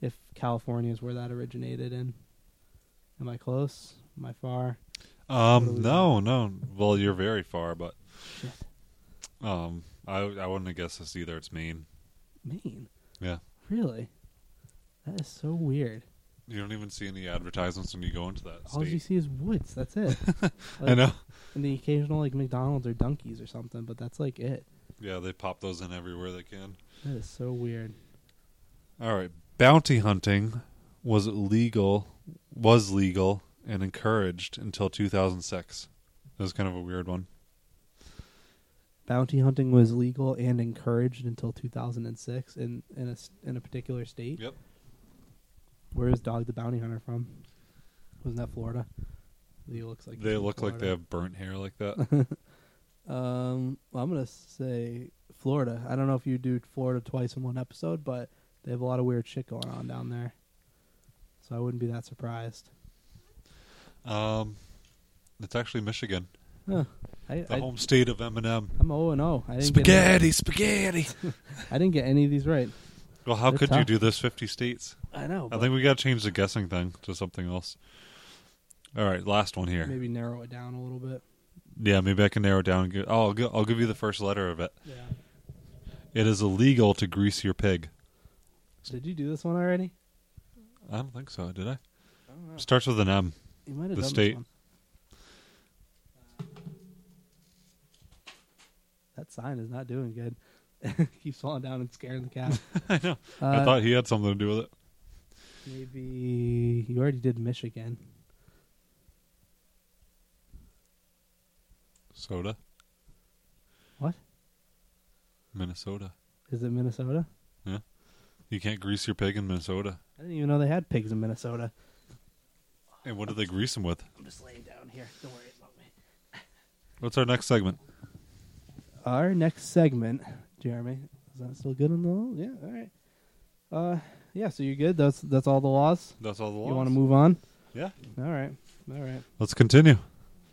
S2: if California is where that originated in. Am I close? Am I far?
S1: Um, no, no. Well, you're very far, but um, I I wouldn't have guessed this either. It's Maine.
S2: Maine.
S1: Yeah.
S2: Really? That is so weird.
S1: You don't even see any advertisements when you go into that
S2: All you
S1: state.
S2: see is woods. That's it.
S1: I know.
S2: And the occasional like McDonald's or Dunkies or something, but that's like it.
S1: Yeah, they pop those in everywhere they can.
S2: That is so weird.
S1: All right, bounty hunting was legal was legal and encouraged until 2006. That was kind of a weird one.
S2: Bounty hunting was legal and encouraged until 2006 in in a s- in a particular state.
S1: Yep.
S2: Where is Dog the Bounty Hunter from? Wasn't that Florida? He looks like he's
S1: They
S2: from
S1: look like they
S2: Florida.
S1: have burnt hair like that.
S2: Um, well, I'm gonna say Florida. I don't know if you do Florida twice in one episode, but they have a lot of weird shit going on down there. So I wouldn't be that surprised.
S1: Um, it's actually Michigan,
S2: Huh. I,
S1: the
S2: I,
S1: home state of Eminem.
S2: I'm 0 and 0. I didn't Get
S1: Spaghetti, spaghetti.
S2: any, I didn't get any of these right.
S1: Well, how
S2: They're
S1: could you
S2: tough.
S1: do this? 50 states.
S2: I know.
S1: I think we got to change the guessing thing to something else. All right, last one here.
S2: maybe narrow it down a little bit.
S1: Yeah, maybe I can narrow it down. and gi- Oh, I'll, gi- I'll give you the first letter of it.
S2: Yeah.
S1: It is illegal to grease your pig.
S2: Did you do this one already?
S1: I don't think so. Did I? Oh,
S2: I don't know.
S1: Starts with an M.
S2: You might have
S1: The
S2: done
S1: state.
S2: This one. Uh, That sign is not doing good. Keeps falling down and scaring the cat.
S1: I know. I
S2: Uh,
S1: thought he had something to do with it.
S2: Maybe you already did Michigan.
S1: Soda,
S2: What
S1: Minnesota.
S2: is it? Minnesota?
S1: You can't grease your pig in Minnesota.
S2: I didn't even know they had pigs in Minnesota.
S1: And what do they grease them with?
S2: I'm just laying down here. Don't worry about me.
S1: What's our next segment?
S2: Our next segment, Jeremy, is that still good on the? law? Yeah. All right. Uh, yeah. So you're good. That's that's all the laws.
S1: That's all the laws.
S2: You want to move on?
S1: Yeah.
S2: All right. All right.
S1: Let's continue.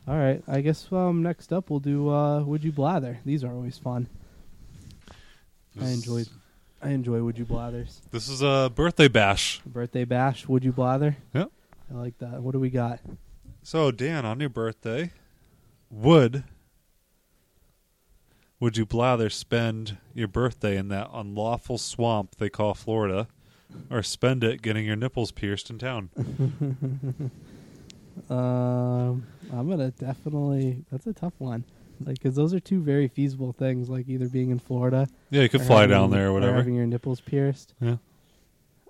S2: All right. I guess um, next up we'll do uh, Would You Blather. These are always fun. I enjoyed. I enjoy Would You Blathers.
S1: This is a birthday bash.
S2: Birthday bash. Would You Blather.
S1: Yep.
S2: I like that. What do we got?
S1: So Dan, on your birthday, would would you blather spend your birthday in that unlawful swamp they call Florida, or spend it getting your nipples pierced in town?
S2: Um, I'm gonna definitely. That's a tough one. Like, because those are two very feasible things. Like either being in Florida,
S1: Yeah, you could
S2: or
S1: fly
S2: having-
S1: down there or
S2: having
S1: whatever.
S2: your nipples pierced.
S1: Yeah,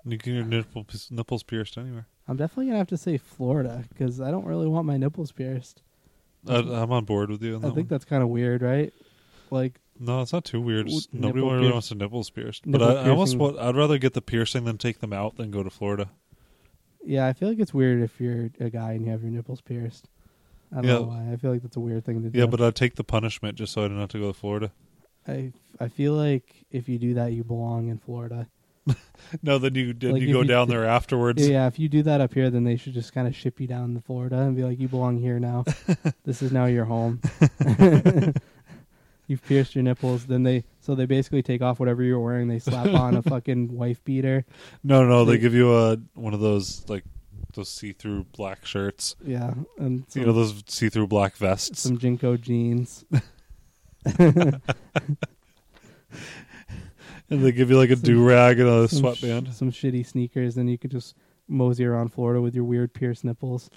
S1: you can get your nipple, nipples pierced anywhere.
S2: I'm definitely gonna have to say Florida because I don't really want my nipples pierced.
S1: I, Uh, I'm on board with you. On that
S2: Mm-hmm. I think
S1: one.
S2: that's kind of weird, right? Like,
S1: no, it's not too weird. Just
S2: Would
S1: nobody
S2: nipple
S1: really
S2: pierce-
S1: wants their nipples pierced. but
S2: Nipple
S1: I, I almost
S2: piercing-
S1: want, I'd rather get the piercing than take them out than go to Florida.
S2: yeah, I feel like it's weird if you're a guy and you have your nipples pierced. I don't know
S1: Yeah.
S2: why. I feel like that's a weird thing to do.
S1: Yeah, but uh, I'd take the punishment just so I don't have to go to Florida.
S2: I I feel like if you do that, you belong in Florida.
S1: No, then you then
S2: Like,
S1: you
S2: if
S1: go
S2: you
S1: down
S2: did-
S1: there afterwards.
S2: Yeah, if you do that up here, then they should just kind of ship you down to Florida and be like, "You belong here now. this is now your home. You've pierced your nipples." Then they so they basically take off whatever you're wearing. They slap on a fucking wife beater.
S1: No, no, they
S2: They-
S1: give you a one of those like those see-through black shirts.
S2: Yeah, and some,
S1: you know those see-through black vests.
S2: some Jinko jeans.
S1: and they give you like a
S2: some-
S1: do-rag and a
S2: some sh-
S1: sweatband.
S2: some shitty sneakers, and you could just mosey around Florida with your weird pierced nipples.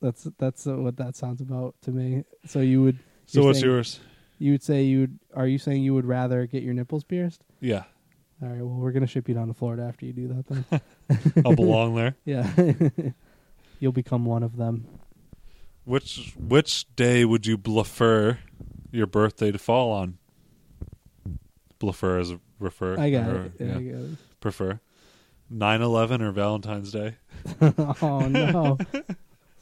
S2: that's that's uh, what that sounds about to me. So you would
S1: so
S2: you're
S1: what's
S2: saying-
S1: yours?
S2: you would say you would are you saying you would rather get your nipples pierced?
S1: Yeah.
S2: All right, well we're gonna ship you down to Florida after you do that then.
S1: I'll belong there.
S2: yeah, you'll become one of them.
S1: Which which day would you prefer your birthday to fall on? Prefer as a refer.
S2: I got
S1: or-
S2: it. Yeah,
S1: yeah,
S2: I got it.
S1: Prefer. 9-11 or Valentine's Day.
S2: oh no, it's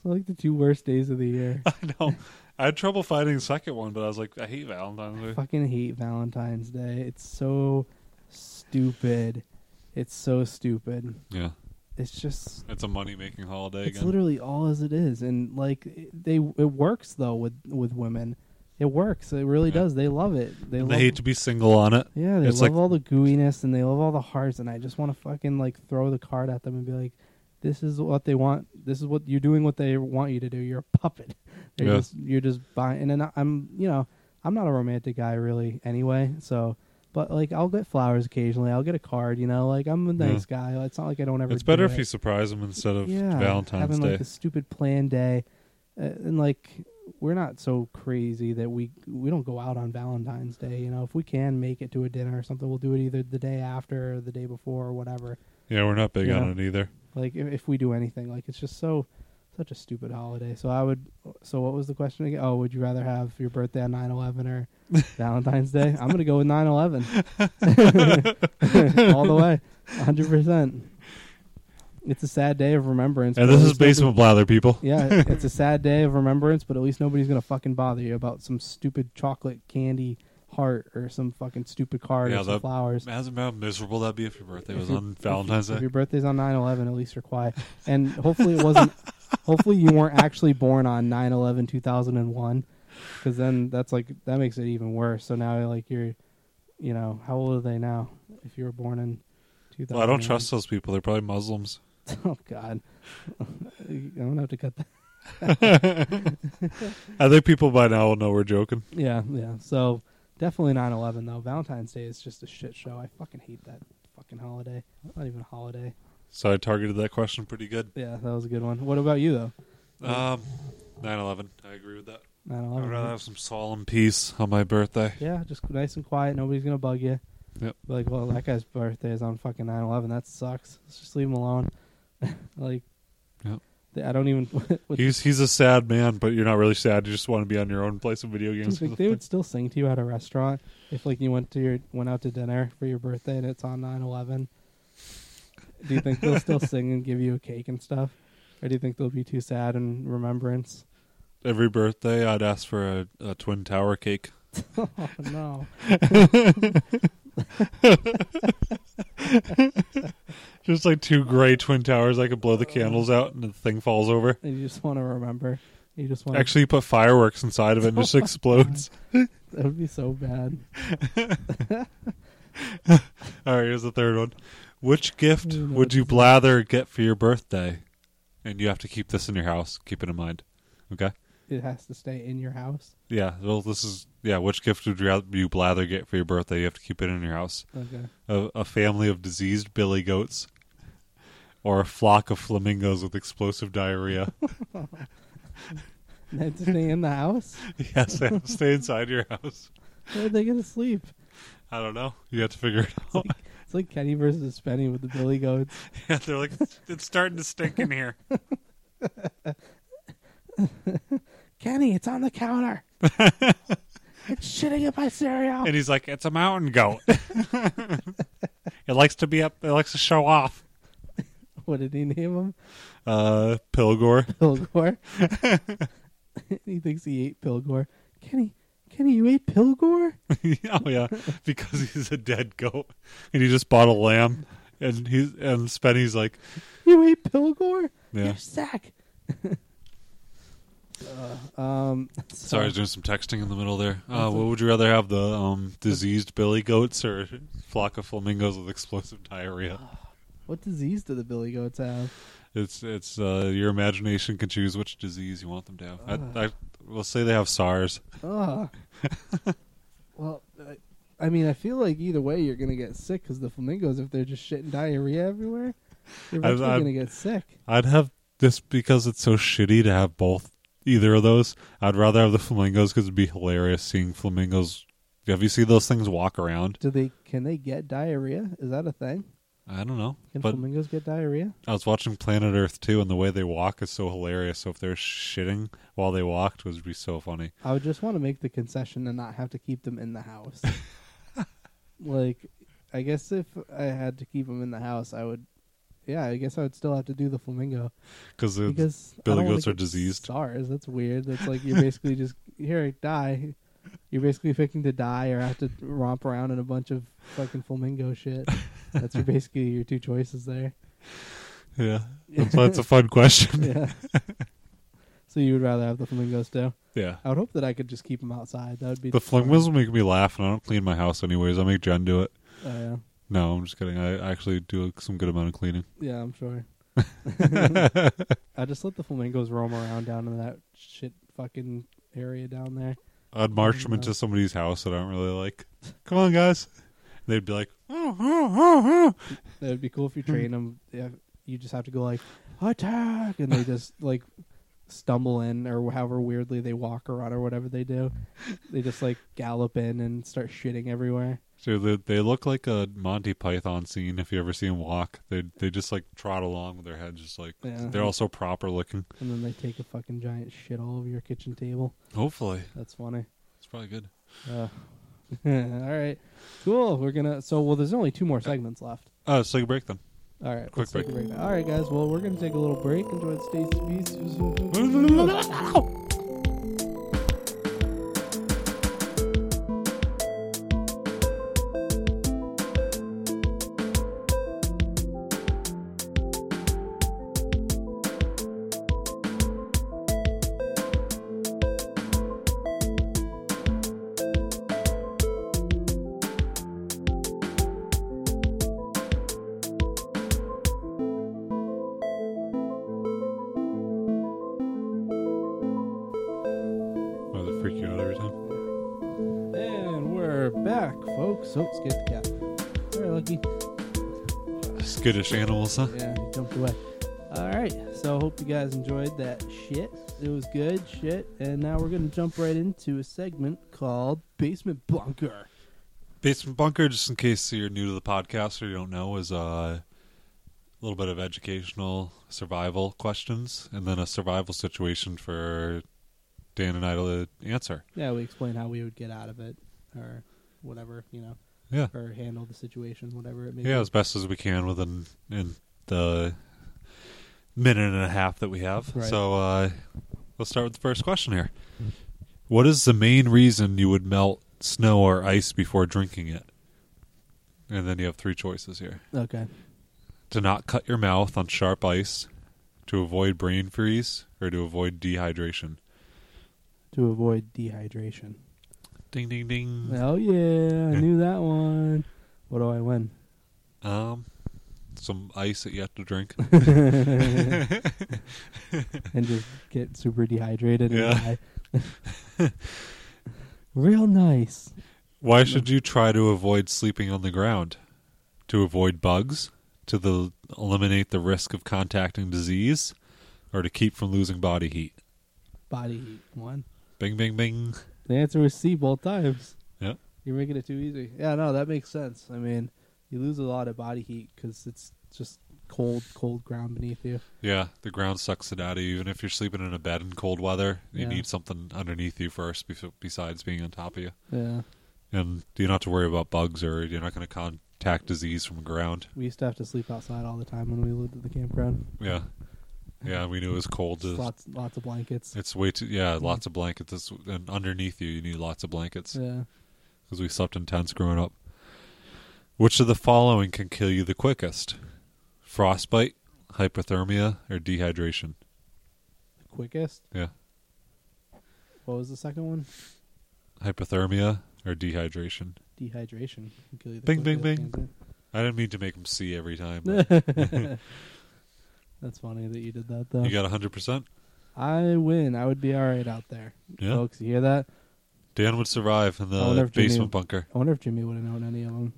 S2: like the two worst days of the year.
S1: I know. I had trouble finding the second one, but I was like, I hate Valentine's Day.
S2: fucking hate Valentine's Day. It's so stupid. It's so stupid.
S1: Yeah.
S2: It's just
S1: It's a money making holiday
S2: it's
S1: again.
S2: literally all as it is and like it- they it works though with with women. It works. It really
S1: Yeah.
S2: does. They love it. They
S1: And
S2: love
S1: they hate to be single on it.
S2: Yeah, they
S1: It's
S2: love
S1: like-
S2: all the gooiness and they love all the hearts and I just want to fucking like throw the card at them and be like this is what they want. This is what you're doing. What they want you to do. You're a puppet. They're
S1: Yeah.
S2: just, you're just buying. And then I- I'm, you know, I'm not a romantic guy really, anyway. So, but like, I'll get flowers occasionally. I'll get a card. You know, like I'm a
S1: Yeah.
S2: nice guy. It's not like I don't ever.
S1: It's better
S2: do it
S1: if you surprise them instead of Valentine's
S2: having
S1: Day.
S2: like this stupid plan day, uh, and like we're not so crazy that we we don't go out on Valentine's Day. You know, if we can make it to a dinner or something, we'll do it either the day after or the day before or whatever.
S1: yeah, we're not big
S2: Yeah.
S1: on it either.
S2: Like if, if we do anything, like it's just so such a stupid holiday. So I would. So what was the question again? Oh, would you rather have your birthday on 9/11 or Valentine's Day? I'm gonna go with 9/11 all the way, 100. percent It's a sad day of remembrance.
S1: And
S2: but
S1: this
S2: at
S1: is
S2: least nobody-
S1: Basement Blather, people.
S2: yeah, it's a sad day of remembrance, but at least nobody's gonna fucking bother you about some stupid chocolate candy heart or some fucking stupid card
S1: Yeah,
S2: or some
S1: that-
S2: flowers.
S1: Imagine how miserable that'd be if your birthday
S2: If
S1: was
S2: your-
S1: on Valentine's
S2: If
S1: Day.
S2: your birthday's on 9/11, at least you're quiet. And hopefully it wasn't. hopefully you weren't actually born on 9/11 2001, because then that's like that makes it even worse. So now like you're, you know, how old are they now? If you were born in 2000,
S1: Well, I don't trust those people. They're probably Muslims.
S2: Oh God, I'm gonna have to cut that.
S1: I think people by now will know we're joking.
S2: Yeah, yeah. So definitely 9/11 though. Valentine's Day is just a shit show. I fucking hate that fucking holiday. Not even a holiday.
S1: So I targeted that question pretty good.
S2: Yeah, that was a good one. What about you though?
S1: Um, 9-11. I agree with that. I'd
S2: 9/11.
S1: rather
S2: right?
S1: have some solemn peace on my birthday.
S2: Yeah, just nice and quiet. Nobody's gonna bug you.
S1: Yep.
S2: Be Like, well, that guy's birthday is on fucking 9/11. That sucks. Let's just leave him alone. like,
S1: Yep.
S2: th- I don't even. with-
S1: He's he's a sad man, but you're not really sad. You just want to be on your own, play some video
S2: just
S1: games.
S2: like, they would still sing to you at a restaurant if like you went to your went out to dinner for your birthday and it's on 9-11 do you think they'll still sing and give you a cake and stuff or do you think they'll be too sad in remembrance
S1: Every birthday, I'd ask for a, a twin tower cake.
S2: oh no
S1: Just like two gray twin towers, I could blow the candles out and the thing falls over.
S2: and you just want to remember you just want
S1: Actually, you put fireworks inside of it and it just explodes.
S2: that would be so bad
S1: All right, here's the third one. Which gift
S2: Oh, no,
S1: would you
S2: this is-
S1: blather get for your birthday? And you have to keep this in your house. Keep it in mind. Okay.
S2: it has to stay in your house
S1: Yeah. Well, this is yeah. Which gift would you ra- you blather get for your birthday? You have to keep it in your house.
S2: okay
S1: A, a family of diseased billy goats, or a flock of flamingos with explosive diarrhea.
S2: and they have to stay in the house
S1: yes, they have to stay inside your house.
S2: where are they gonna sleep
S1: I don't know. You have to figure it out.
S2: it's like kenny versus penny with the billy goats
S1: yeah, they're like it's starting to stink in here.
S2: kenny it's on the counter it's shitting in my cereal
S1: and he's like, "It's a mountain goat. it likes to be up. It likes to show off."
S2: What did he name him?
S1: Uh, Pilgor.
S2: Pilgor. he thinks he ate Pilgor. Kenny, Kenny, you ate Pilgor?
S1: oh yeah, because he's a dead goat, and he just bought a lamb, and he's and Spenny's like,
S2: You ate Pilgor?
S1: Yeah.
S2: You're sack. uh, um, so-
S1: "Sorry, I was doing some texting in the middle there. Uh, what would you rather have, the um diseased billy goats or flock of flamingos with explosive diarrhea?"
S2: What disease do the billy goats have?
S1: It's it's uh, your imagination can choose which disease you want them to have. I, I will say they have SARS.
S2: Ugh. well, I, I mean, I feel like either way you're gonna get sick because the flamingos, if they're just shitting diarrhea everywhere, you're
S1: I've-
S2: eventually
S1: I've-
S2: gonna get sick.
S1: I'd have just because it's so shitty to have both either of those. I'd rather have the flamingos because it'd be hilarious seeing flamingos. Have you seen those things walk around?
S2: Do they? Can they get diarrhea? Is that a thing?
S1: I don't know,
S2: Can
S1: but
S2: flamingos get diarrhea?
S1: I was watching Planet Earth too, and the way they walk is so hilarious. So if they're shitting while they walked, would be so funny.
S2: I would just want to make the concession and not have to keep them in the house. like, I guess if I had to keep them in the house, I would. Yeah, I guess I would still have to do the flamingo
S1: Cause it's-
S2: because I
S1: billy
S2: don't wanna
S1: goats are
S2: get
S1: diseased.
S2: SARS. That's weird. That's like you're basically just here die. You're basically picking to die or have to romp around in a bunch of fucking flamingo shit. That's your, basically your two choices there.
S1: yeah, that's why it's a fun question. yeah.
S2: Yeah. so you would rather have the flamingos too? I would hope that I could just keep them outside. That would be
S1: the flamingos will make me laugh, and I don't clean my house anyways. I make Jen do it.
S2: Oh, yeah.
S1: No, I'm just kidding. I actually do some good amount of cleaning.
S2: Yeah, I'm sure. I just let the flamingos roam around down in that shit fucking area down there.
S1: I'd march them
S2: No.
S1: into somebody's house that I don't really like. Come on, guys. They'd be like, oh, oh, oh, oh.
S2: That would be cool if you train them. Yeah, you just have to go like attack, and they just like stumble in or however weirdly they walk or run or whatever they do. They just like gallop in and start shitting everywhere.
S1: Dude, they, they look like a Monty Python scene if you ever see them walk. They they just like trot along with their heads, just like
S2: Yeah.
S1: they're all so proper looking.
S2: And then they take a fucking giant shit all over your kitchen table.
S1: Hopefully,
S2: That's funny.
S1: it's probably good.
S2: Uh, all right, cool. We're gonna. So well, there's only two more segments left.
S1: Uh, so you break them.
S2: All right,
S1: Quick
S2: let's take a break. All right, guys. Well, we're gonna take a little break. Enjoy the Stacy's piece.
S1: Oh, they freak you out every time.
S2: And we're back, folks. So let's get the cat. Very lucky.
S1: Skittish animals, huh?
S2: Yeah, he jumped away. All right. So hope you guys enjoyed that shit. It was good shit. And now we're gonna jump right into a segment called Basement Bunker.
S1: Basement Bunker, just in case you're new to the podcast or you don't know, is uh, a little bit of educational survival questions and then a survival situation for Dan and I to answer.
S2: Yeah, we explain how we would get out of it, or whatever you know,
S1: Yeah.
S2: or handle the situation, whatever it may
S1: Yeah,
S2: be.
S1: as best as we can within in the minute and a half that we have.
S2: Right.
S1: So uh, let's start with the first question here. What is the main reason you would melt snow or ice before drinking it? And then you have three choices here.
S2: Okay.
S1: to not cut your mouth on sharp ice, to avoid brain freeze, or to avoid dehydration.
S2: To avoid dehydration.
S1: Ding ding ding.
S2: Oh yeah, I knew that one. What do I win?
S1: Um, some ice that you have to drink.
S2: and just get super dehydrated and
S1: Yeah.
S2: die. Real nice.
S1: Why should you try to avoid sleeping on the ground? To avoid bugs, to the eliminate the risk of contacting disease, or to keep from losing body heat.
S2: Body heat one.
S1: Bing bing bing.
S2: The answer was C both times.
S1: Yep.
S2: You're making it too easy. Yeah, no, that makes sense. I mean, you lose a lot of body heat because it's just cold, cold ground beneath you.
S1: Yeah, the ground sucks it out of you. Even if you're sleeping in a bed in cold weather, you
S2: Yeah.
S1: need something underneath you first, bef- besides being on top of you.
S2: Yeah.
S1: and you don't have to worry about bugs or you're not going to contact disease from the ground.
S2: We used to have to sleep outside all the time when we lived at the campground.
S1: Yeah, yeah, we knew it was cold.
S2: Just
S1: It's,
S2: lots, lots of blankets.
S1: it's way too yeah, lots of blankets, It's- and underneath you, you need lots of blankets
S2: Yeah.
S1: because we slept in tents growing up. Which of the following can kill you the quickest? Frostbite, hypothermia, or dehydration?
S2: The quickest.
S1: Yeah,
S2: What was the second one?
S1: hypothermia or dehydration.
S2: Dehydration. can kill you the
S1: Bing, bing,
S2: quickest,
S1: I didn't mean to make them see every time. but
S2: can't it? That's funny that you did that though.
S1: you got hundred percent.
S2: I win. I would be all right out there,
S1: Yeah,
S2: folks. You hear that?
S1: Dan would survive in
S2: I wonder
S1: the
S2: if Jimmy-
S1: basement bunker.
S2: I wonder if Jimmy would have known any of them.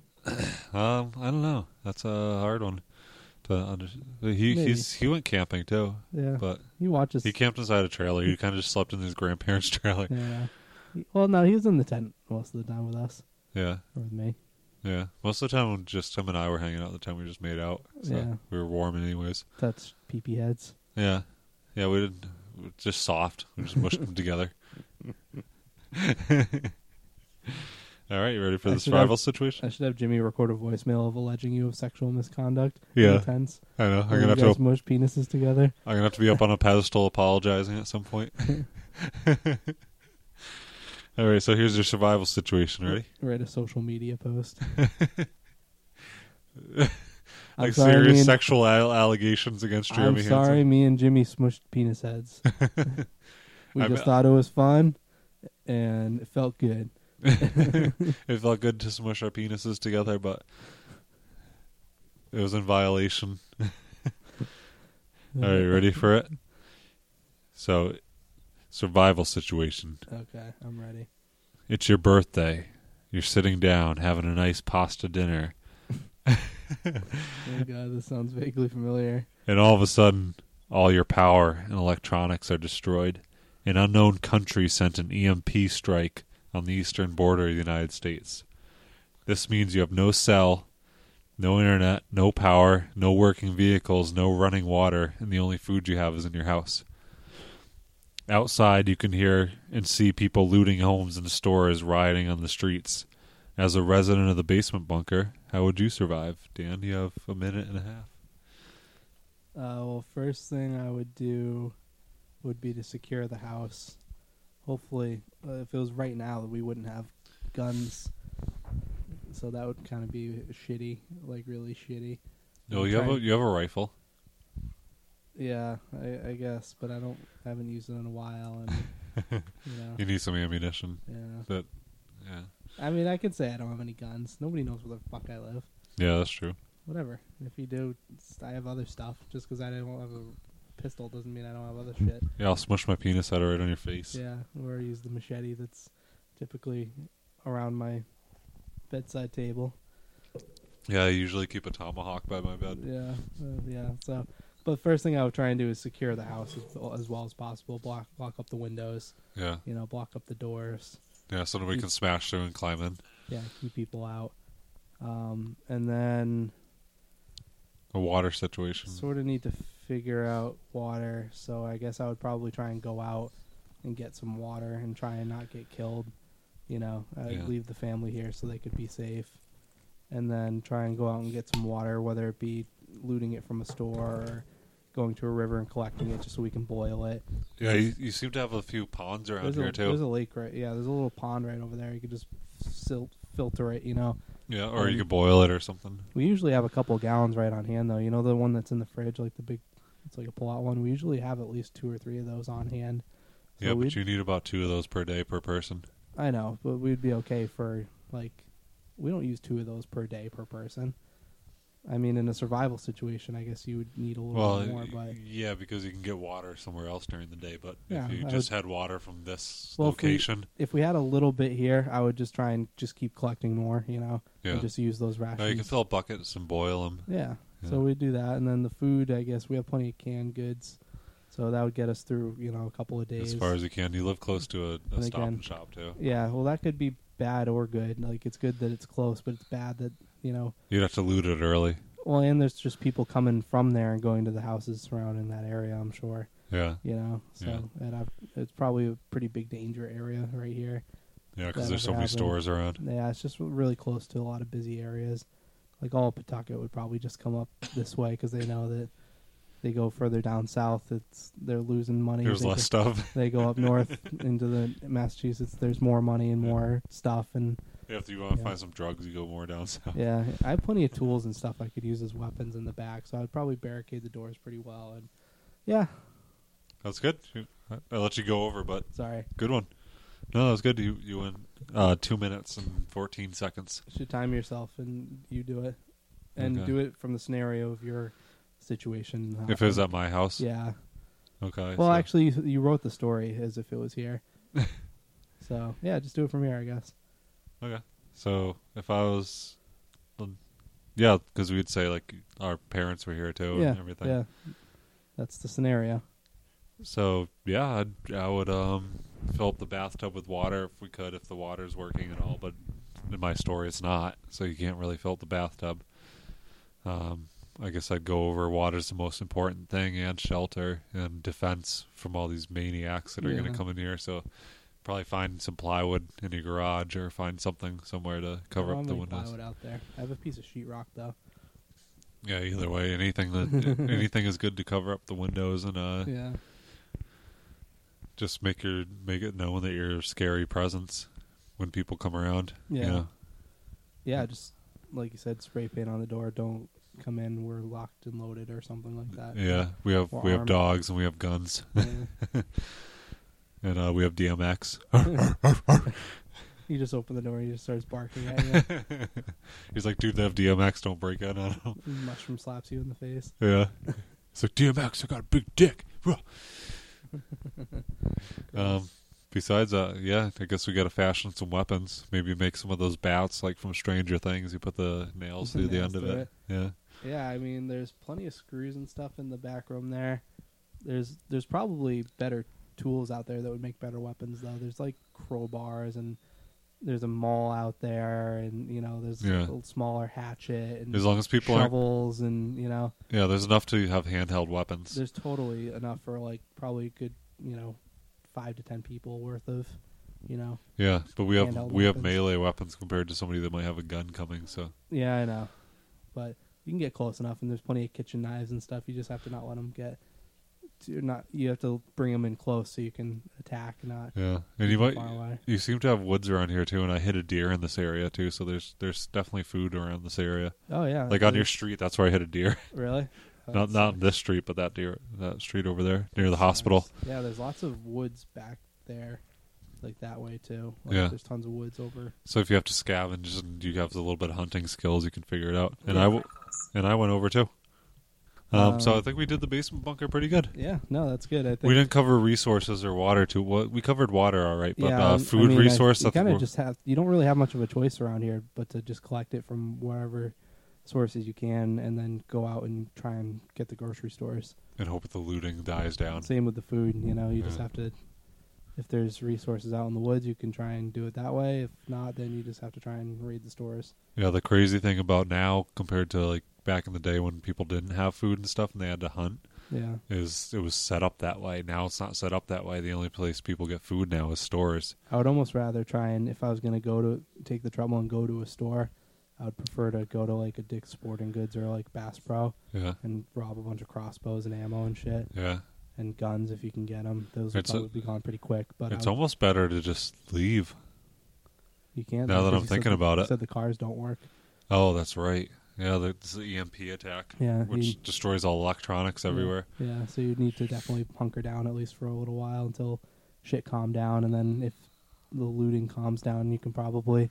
S1: Um, I don't know. That's a hard one to under- He
S2: Maybe.
S1: he's he went camping too,
S2: Yeah,
S1: but
S2: he watches.
S1: he camped inside a trailer. He kind of just slept in his grandparents' trailer.
S2: Yeah. He- Well, no, he was in the tent most of the time with us
S1: Yeah,
S2: or with me.
S1: yeah. Most of the time, just him and I were hanging out. The time we just made out, so
S2: Yeah.
S1: we were warm anyways.
S2: That's peepee heads.
S1: Yeah, yeah. We did we were just soft. We just mushed them together. All right, you ready for
S2: I
S1: the
S2: should have-
S1: survival situation?
S2: I should have Jimmy record a voicemail of alleging you of sexual misconduct.
S1: Yeah.
S2: In the tents.
S1: I know. I'm
S2: where
S1: gonna have
S2: you guys
S1: to.
S2: mush penises together.
S1: I'm gonna have to be up on a pedestal apologizing at some point. All right, so here's your survival situation. Ready?
S2: Write a social media post. I'm
S1: like
S2: sorry,
S1: serious
S2: me and,
S1: sexual al- allegations against Jeremy
S2: I'm sorry,
S1: Hansen.
S2: me and Jimmy smushed penis heads. we
S1: I
S2: just
S1: bet-
S2: thought it was fun, and it felt good.
S1: It felt good to smush our penises together, but it was in violation. All right, ready for it? So, survival situation.
S2: Okay, I'm ready.
S1: It's your birthday. You're sitting down having a nice pasta dinner,
S2: Oh god, this sounds vaguely familiar.
S1: and all of a sudden, all your power and electronics are destroyed. An unknown country sent an EMP strike on the eastern border of the United States. This means you have no cell, no internet, no power, no working vehicles, no running water, and the only food you have is in your house. Outside, you can hear and see people looting homes and stores, rioting on the streets. As a resident of the basement bunker, how would you survive? Dan, you have a minute and a half.
S2: Uh, well, first thing I would do would be to secure the house. Hopefully, uh, if it was right now, we wouldn't have guns. So that would kind of be shitty, like really shitty.
S1: No, you have a
S2: Okay.
S1: you have a rifle.
S2: Yeah, I, I guess, but I don't haven't used it in a while, and you know,
S1: You need some ammunition.
S2: yeah.
S1: That, yeah,
S2: I mean, I could say I don't have any guns. Nobody knows where the fuck I live.
S1: yeah, that's true.
S2: Whatever. If you do, it's- I have other stuff. Just because I don't have a pistol doesn't mean I don't have other shit.
S1: Yeah, I'll smush my penis out right on your face.
S2: Yeah, or use the machete that's typically around my bedside table.
S1: Yeah, I usually keep a tomahawk by my bed.
S2: Yeah, uh, yeah. So, but first thing I would try and do is secure the house as, as well as possible. Block block up the windows.
S1: Yeah,
S2: You know, block up the doors.
S1: yeah, so nobody can smash through and climb in.
S2: Yeah, keep people out. Um, and then
S1: A water situation.
S2: sort of need to figure out water. So I guess I would probably try and go out and get some water and try and not get killed. You know, I'd
S1: Yeah.
S2: leave the family here so they could be safe, and then try and go out and get some water, whether it be looting it from a store or going to a river and collecting it just so we can boil it.
S1: Yeah, you, you seem to have a few ponds around
S2: There's
S1: here
S2: a,
S1: too.
S2: there's a lake right, yeah. There's a little pond right over there. You could just sil- filter it. You know,
S1: yeah, or you
S2: um,
S1: could boil it or something.
S2: We usually have a couple gallons right on hand, though. You know the one that's in the fridge, like the big, it's like a pull-out one. We usually have at least two or three of those on hand. So
S1: yeah, but
S2: we'd-
S1: you need about two of those per day per person.
S2: I know, but we'd be okay for like, we don't use two of those per day per person. I mean, in a survival situation, I guess you would need a little
S1: Well,
S2: bit more, but
S1: y- yeah, because you can get water somewhere else during the day. But
S2: Yeah,
S1: if you
S2: I
S1: just had water from this
S2: Well, if we-
S1: location,
S2: if we had a little bit here, I would just try and just keep collecting more. You know,
S1: yeah,
S2: and just use those rations.
S1: No, you can fill buckets and boil them.
S2: Yeah.
S1: Yeah.
S2: So we do that, and then the food. I guess we have plenty of canned goods, so that would get us through. You know, a couple of days.
S1: as far as you can. You live close to a, a
S2: And
S1: stop
S2: again-
S1: and shop too.
S2: Yeah, well, that could be bad or good. Like, it's good that it's close, but it's bad that you know.
S1: You'd have to loot it early.
S2: Well, and there's just people coming from there and going to the houses surrounding that area. I'm sure,
S1: Yeah,
S2: you know. So,
S1: Yeah.
S2: and I've, it's probably a pretty big danger area right here.
S1: yeah, because
S2: That
S1: there's so
S2: would
S1: many
S2: happen.
S1: stores around.
S2: Yeah, it's just really close to a lot of busy areas. Like all of Pawtucket would probably just come up this way because they know that they go further down south. It's they're losing money.
S1: There's
S2: They
S1: less
S2: go-
S1: stuff.
S2: They go up north into the Massachusetts. There's more money and more stuff and.
S1: if you want to
S2: Yeah.
S1: find some drugs, you go more down south.
S2: Yeah, I have plenty of tools and stuff I could use as weapons in the back, so I'd probably barricade the doors pretty well. And yeah,
S1: That's good. You- I I let you go over, but
S2: sorry,
S1: good one. No, that was good. You you win uh, two minutes and fourteen seconds.
S2: should time yourself and you do it, and
S1: Okay.
S2: do it from the scenario of your situation.
S1: If it was at my house,
S2: yeah.
S1: Okay.
S2: Well,
S1: so-
S2: actually, you, you wrote the story as if it was here, so yeah, just do it from here, I guess.
S1: Okay. So if I was, um, yeah, because we'd say like our parents were here too
S2: yeah,
S1: and everything.
S2: yeah, that's the scenario.
S1: So yeah, I'd, I would um fill up the bathtub with water if we could, if the water's working at all. But in my story, it's not, so you can't really fill up the bathtub. Um, I guess I'd go over water's the most important thing, and shelter and defense from all these maniacs that are going
S2: Yeah.
S1: to come in here. So probably find some plywood in your garage or find something somewhere to cover
S2: I don't
S1: up the
S2: have any
S1: windows.
S2: plywood out there. I have a piece of sheetrock though.
S1: Yeah, either way, anything that anything is good to cover up the windows and uh,
S2: Yeah,
S1: just make your make it known that you're a scary presence when people come around. you
S2: Yeah.
S1: know?
S2: Yeah, just like you said, spray paint on the door. Don't come in. We're locked and loaded or something like that.
S1: yeah. We have
S2: Or
S1: we have
S2: armed.
S1: dogs and we have guns
S2: Yeah.
S1: and uh, we have DMX.
S2: you just open the door and he just starts barking at you.
S1: He's like, dude, they have DMX. Don't break in on them.
S2: Mushroom slaps you in the face.
S1: Yeah. It's like DMX, I got a big dick. Ruh. um, besides that, yeah, I guess we got to fashion some weapons. Maybe make some of those bats, like from Stranger Things. You put the nails
S2: The
S1: through the
S2: nails
S1: end of
S2: through
S1: it.
S2: it.
S1: Yeah,
S2: Yeah, I mean, there's plenty of screws and stuff in the back room there. There's there's probably better tools out there that would make better weapons though. There's like crowbars and there's a maul out there, and you know there's
S1: Yeah.
S2: a little smaller hatchet and
S1: as long as people aren't.
S2: shovels, and you know
S1: Yeah, there's enough to have handheld weapons.
S2: there's totally enough for like probably a good you know five to ten people worth of you know
S1: yeah, but we have
S2: handheld
S1: we have
S2: weapons.
S1: melee weapons compared to somebody that might have a gun coming. So
S2: Yeah, I know. But you can get close enough, and there's plenty of kitchen knives and stuff. You just have to not let them get. To not you have to bring them in close so you can attack, not
S1: yeah, and you might
S2: far away.
S1: you seem to have woods around here too. And I hit a deer in this area too. So there's there's definitely food around this area.
S2: Oh yeah,
S1: Like on your
S2: really?
S1: street, that's where I hit a deer.
S2: really Oh,
S1: not
S2: that
S1: not
S2: sucks.
S1: this street, but that deer that street over there near the
S2: That
S1: hospital.
S2: sucks. Yeah, there's lots of woods back there, like that way too. Like,
S1: Yeah.
S2: there's tons of woods over.
S1: So if you have to scavenge and you have a little bit of hunting skills, you can figure it out. And
S2: Yeah.
S1: I w- and I went over too. Um, so
S2: Um,
S1: I think we did the basement bunker pretty good.
S2: Yeah, no, that's good. I think
S1: We didn't cover resources or water too. Well, we covered water all right, but
S2: yeah, um, I-
S1: uh,
S2: I
S1: food
S2: mean, I-
S1: resource.
S2: You
S1: that's
S2: kind
S1: where-
S2: of just have. You don't really have much of a choice around here, but to just collect it from wherever sources you can, and then go out and try and get the grocery stores.
S1: and hope the looting dies down.
S2: Same with the food. You know, you just
S1: Yeah.
S2: have to. If there's resources out in the woods, you can try and do it that way. If not, then you just have to try and raid the stores.
S1: Yeah, the crazy thing about now compared to like back in the day when people didn't have food and stuff and they had to hunt
S2: Yeah,
S1: is it was set up that way. Now it's not set up that way. The only place people get food now is stores.
S2: I would almost rather try and if I was gonna go to take the trouble and go to a store, I would prefer to go to like a Dick's Sporting Goods or like Bass Pro
S1: Yeah,
S2: and rob a bunch of crossbows and ammo and shit.
S1: yeah.
S2: and guns if you can get them. Those would
S1: It's a-
S2: probably be gone pretty quick. But um,
S1: It's
S2: I-
S1: almost better to just leave.
S2: you can't.
S1: now
S2: though,
S1: that
S2: 'cause
S1: I'm
S2: you said
S1: thinking
S2: the-
S1: about
S2: you
S1: it.
S2: said the cars don't work.
S1: Oh, that's right. Yeah, that's the EMP attack,
S2: Yeah,
S1: which
S2: you-
S1: destroys all electronics everywhere.
S2: Yeah, so you need to definitely hunker down at least for a little while until shit calm down, and then if the looting calms down, you can probably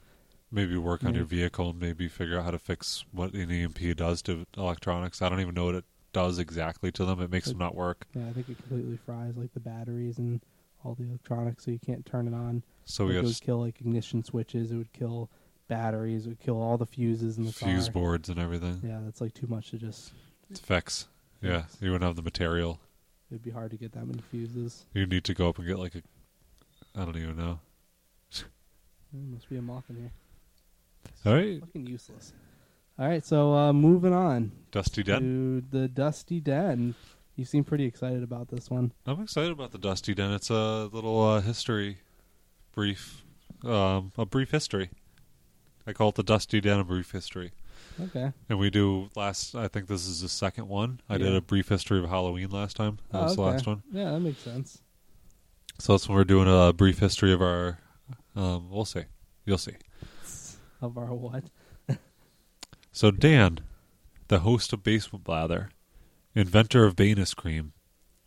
S1: Maybe work on
S2: Yeah.
S1: your vehicle and maybe figure out how to fix what an EMP does to electronics. I don't even know what it does exactly to them. It makes them not work.
S2: yeah, I think it completely fries like the batteries and all the electronics, so you can't turn it on.
S1: So we
S2: Like, it
S1: got
S2: would
S1: s-
S2: kill like ignition switches. It would kill batteries. It would kill all the fuses in the
S1: fuse
S2: car.
S1: boards and everything.
S2: Yeah, that's like too much to just.
S1: It's fix. Yeah,
S2: Fix.
S1: you wouldn't have the material.
S2: It'd be hard to get that many fuses.
S1: You need to go up and get like a. I don't even know.
S2: There must be a moth in here.
S1: All right,
S2: Fucking useless. All right, so uh, moving on
S1: Dusty Den.
S2: to the Dusty Den. You seem pretty excited about this one.
S1: I'm excited about the Dusty Den. It's a little uh, history, brief, um, a brief history. I call it the Dusty Den, a brief history.
S2: Okay.
S1: And we do last. I think this is the second one. I did
S2: Yeah.
S1: a brief history of Halloween last time. That
S2: Oh,
S1: was the
S2: okay.
S1: last one.
S2: Yeah, that makes sense.
S1: So that's when we're doing a brief history of our. Um, we'll see. You'll see.
S2: Of our what?
S1: So Dan, the host of Basement Blather, inventor of Banus Cream,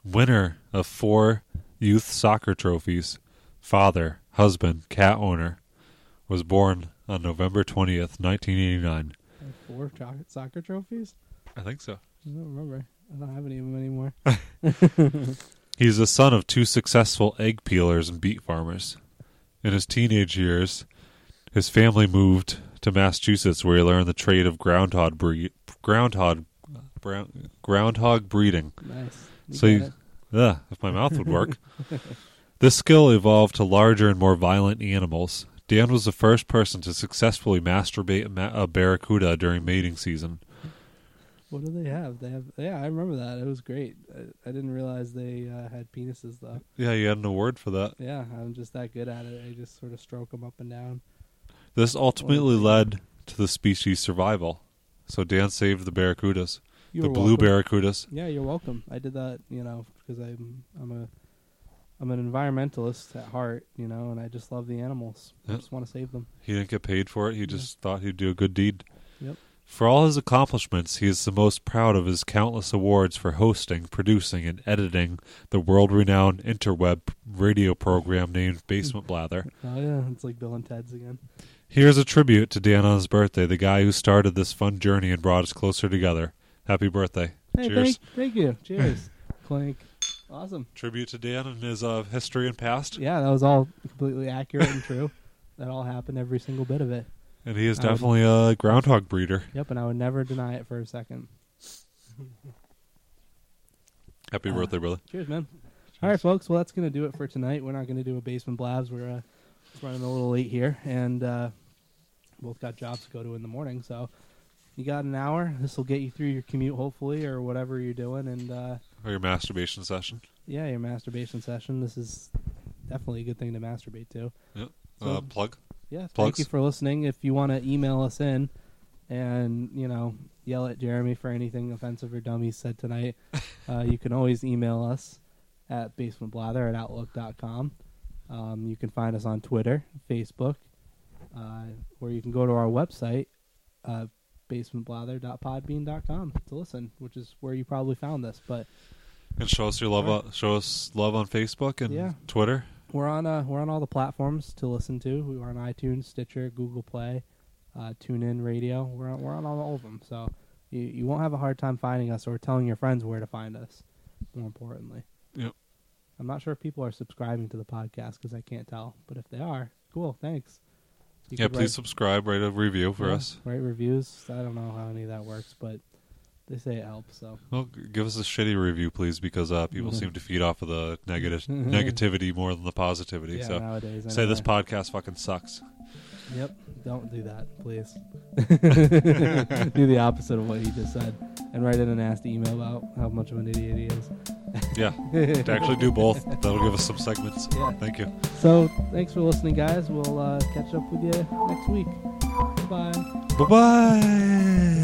S1: winner of four youth soccer trophies, father, husband, cat owner, was born on November twentieth, nineteen eighty nine.
S2: Like Four cho- soccer trophies?
S1: I think so.
S2: I don't remember. I don't have any of them anymore.
S1: He's the son of two successful egg peelers and beet farmers. In his teenage years, his family moved to Massachusetts, where he learned the trade of groundhog breed, groundhog, brown, groundhog breeding.
S2: Nice. You
S1: So
S2: got
S1: you-
S2: it.
S1: Ugh, if my mouth would work. this skill evolved to larger and more violent animals. Dan was the first person to successfully masturbate a ma- a barracuda during mating season.
S2: what do they have? They have. Yeah, I remember that. It was great. I, I didn't realize they uh, had penises though.
S1: Yeah, you had an award for that.
S2: Yeah, I'm just that good at it. I just sort of stroke them up and down.
S1: This ultimately led to the species survival. So Dan saved the barracudas,
S2: You
S1: the
S2: were
S1: blue
S2: welcome.
S1: barracudas.
S2: Yeah, you're welcome. I did that, you know, because I'm I'm a I'm an environmentalist at heart, you know, and I just love the animals. I
S1: Yeah.
S2: just want to save them.
S1: He didn't get paid for it. He just thought he'd do a good deed.
S2: Yep.
S1: For all his accomplishments, he is the most proud of his countless awards for hosting, producing, and editing the world renowned interweb radio program named Basement Blather.
S2: Oh yeah, it's like Bill and Ted's again.
S1: Here's a tribute to Dan on his birthday, the guy who started this fun journey and brought us closer together. Happy birthday.
S2: Hey,
S1: Cheers.
S2: Thank, thank you. Cheers. Clink. Awesome.
S1: Tribute to Dan and his uh, history and past.
S2: Yeah, that was all completely accurate and true. That all happened, every single bit of it.
S1: And he is
S2: I would-
S1: definitely a groundhog breeder.
S2: Yep, and I would never deny it for a second.
S1: Happy
S2: Uh,
S1: birthday, brother.
S2: Cheers, man. All right, folks. Well, that's going to do it for tonight. We're not going to do a basement blabs. We're uh, just running a little late here, and uh, both got jobs to go to in the morning. So you got an hour. This will get you through your commute, hopefully, or whatever you're doing. And uh,
S1: Or your masturbation session.
S2: yeah, your masturbation session. This is definitely a good thing to masturbate to.
S1: Yep.
S2: So-
S1: uh, plug.
S2: Yeah, thank
S1: Plugs?
S2: you for listening. If you want to email us in and, you know, yell at Jeremy for anything offensive or dumb he said tonight, uh, you can always email us at basementblather at outlook.com. Um, you can find us on Twitter, Facebook, uh, or you can go to our website, uh, basementblather.podbean.com to listen, which is where you probably found this. But
S1: And show us your love.
S2: Alright.
S1: on show us love on Facebook and
S2: Yeah.
S1: Twitter.
S2: We're on uh, we're on all the platforms to listen to. We're on iTunes, Stitcher, Google Play, uh, TuneIn Radio. We're on, we're on all of them. So you, you won't have a hard time finding us or telling your friends where to find us. More importantly,
S1: Yep.
S2: I'm not sure if people are subscribing to the podcast because I can't tell. But if they are, cool. Thanks. You
S1: yeah,
S2: could
S1: please subscribe, write a review for
S2: yeah,
S1: us.
S2: Write reviews. I don't know how any of that works, but they say it helps. So
S1: Well, g- give us a shitty review, please, because uh, people
S2: Mhm.
S1: seem to feed off of the negative negativity more than the positivity.
S2: yeah,
S1: so
S2: nowadays
S1: say this
S2: anyway.
S1: podcast fucking sucks.
S2: Yep. Don't do that, please. do the opposite of what he just said and write in a nasty email about how much of an idiot he is.
S1: Yeah, to actually do both, that'll give us some segments.
S2: Yeah.
S1: Thank you.
S2: So, thanks for listening, guys. We'll uh, catch up with you next week. Bye.
S1: Bye bye.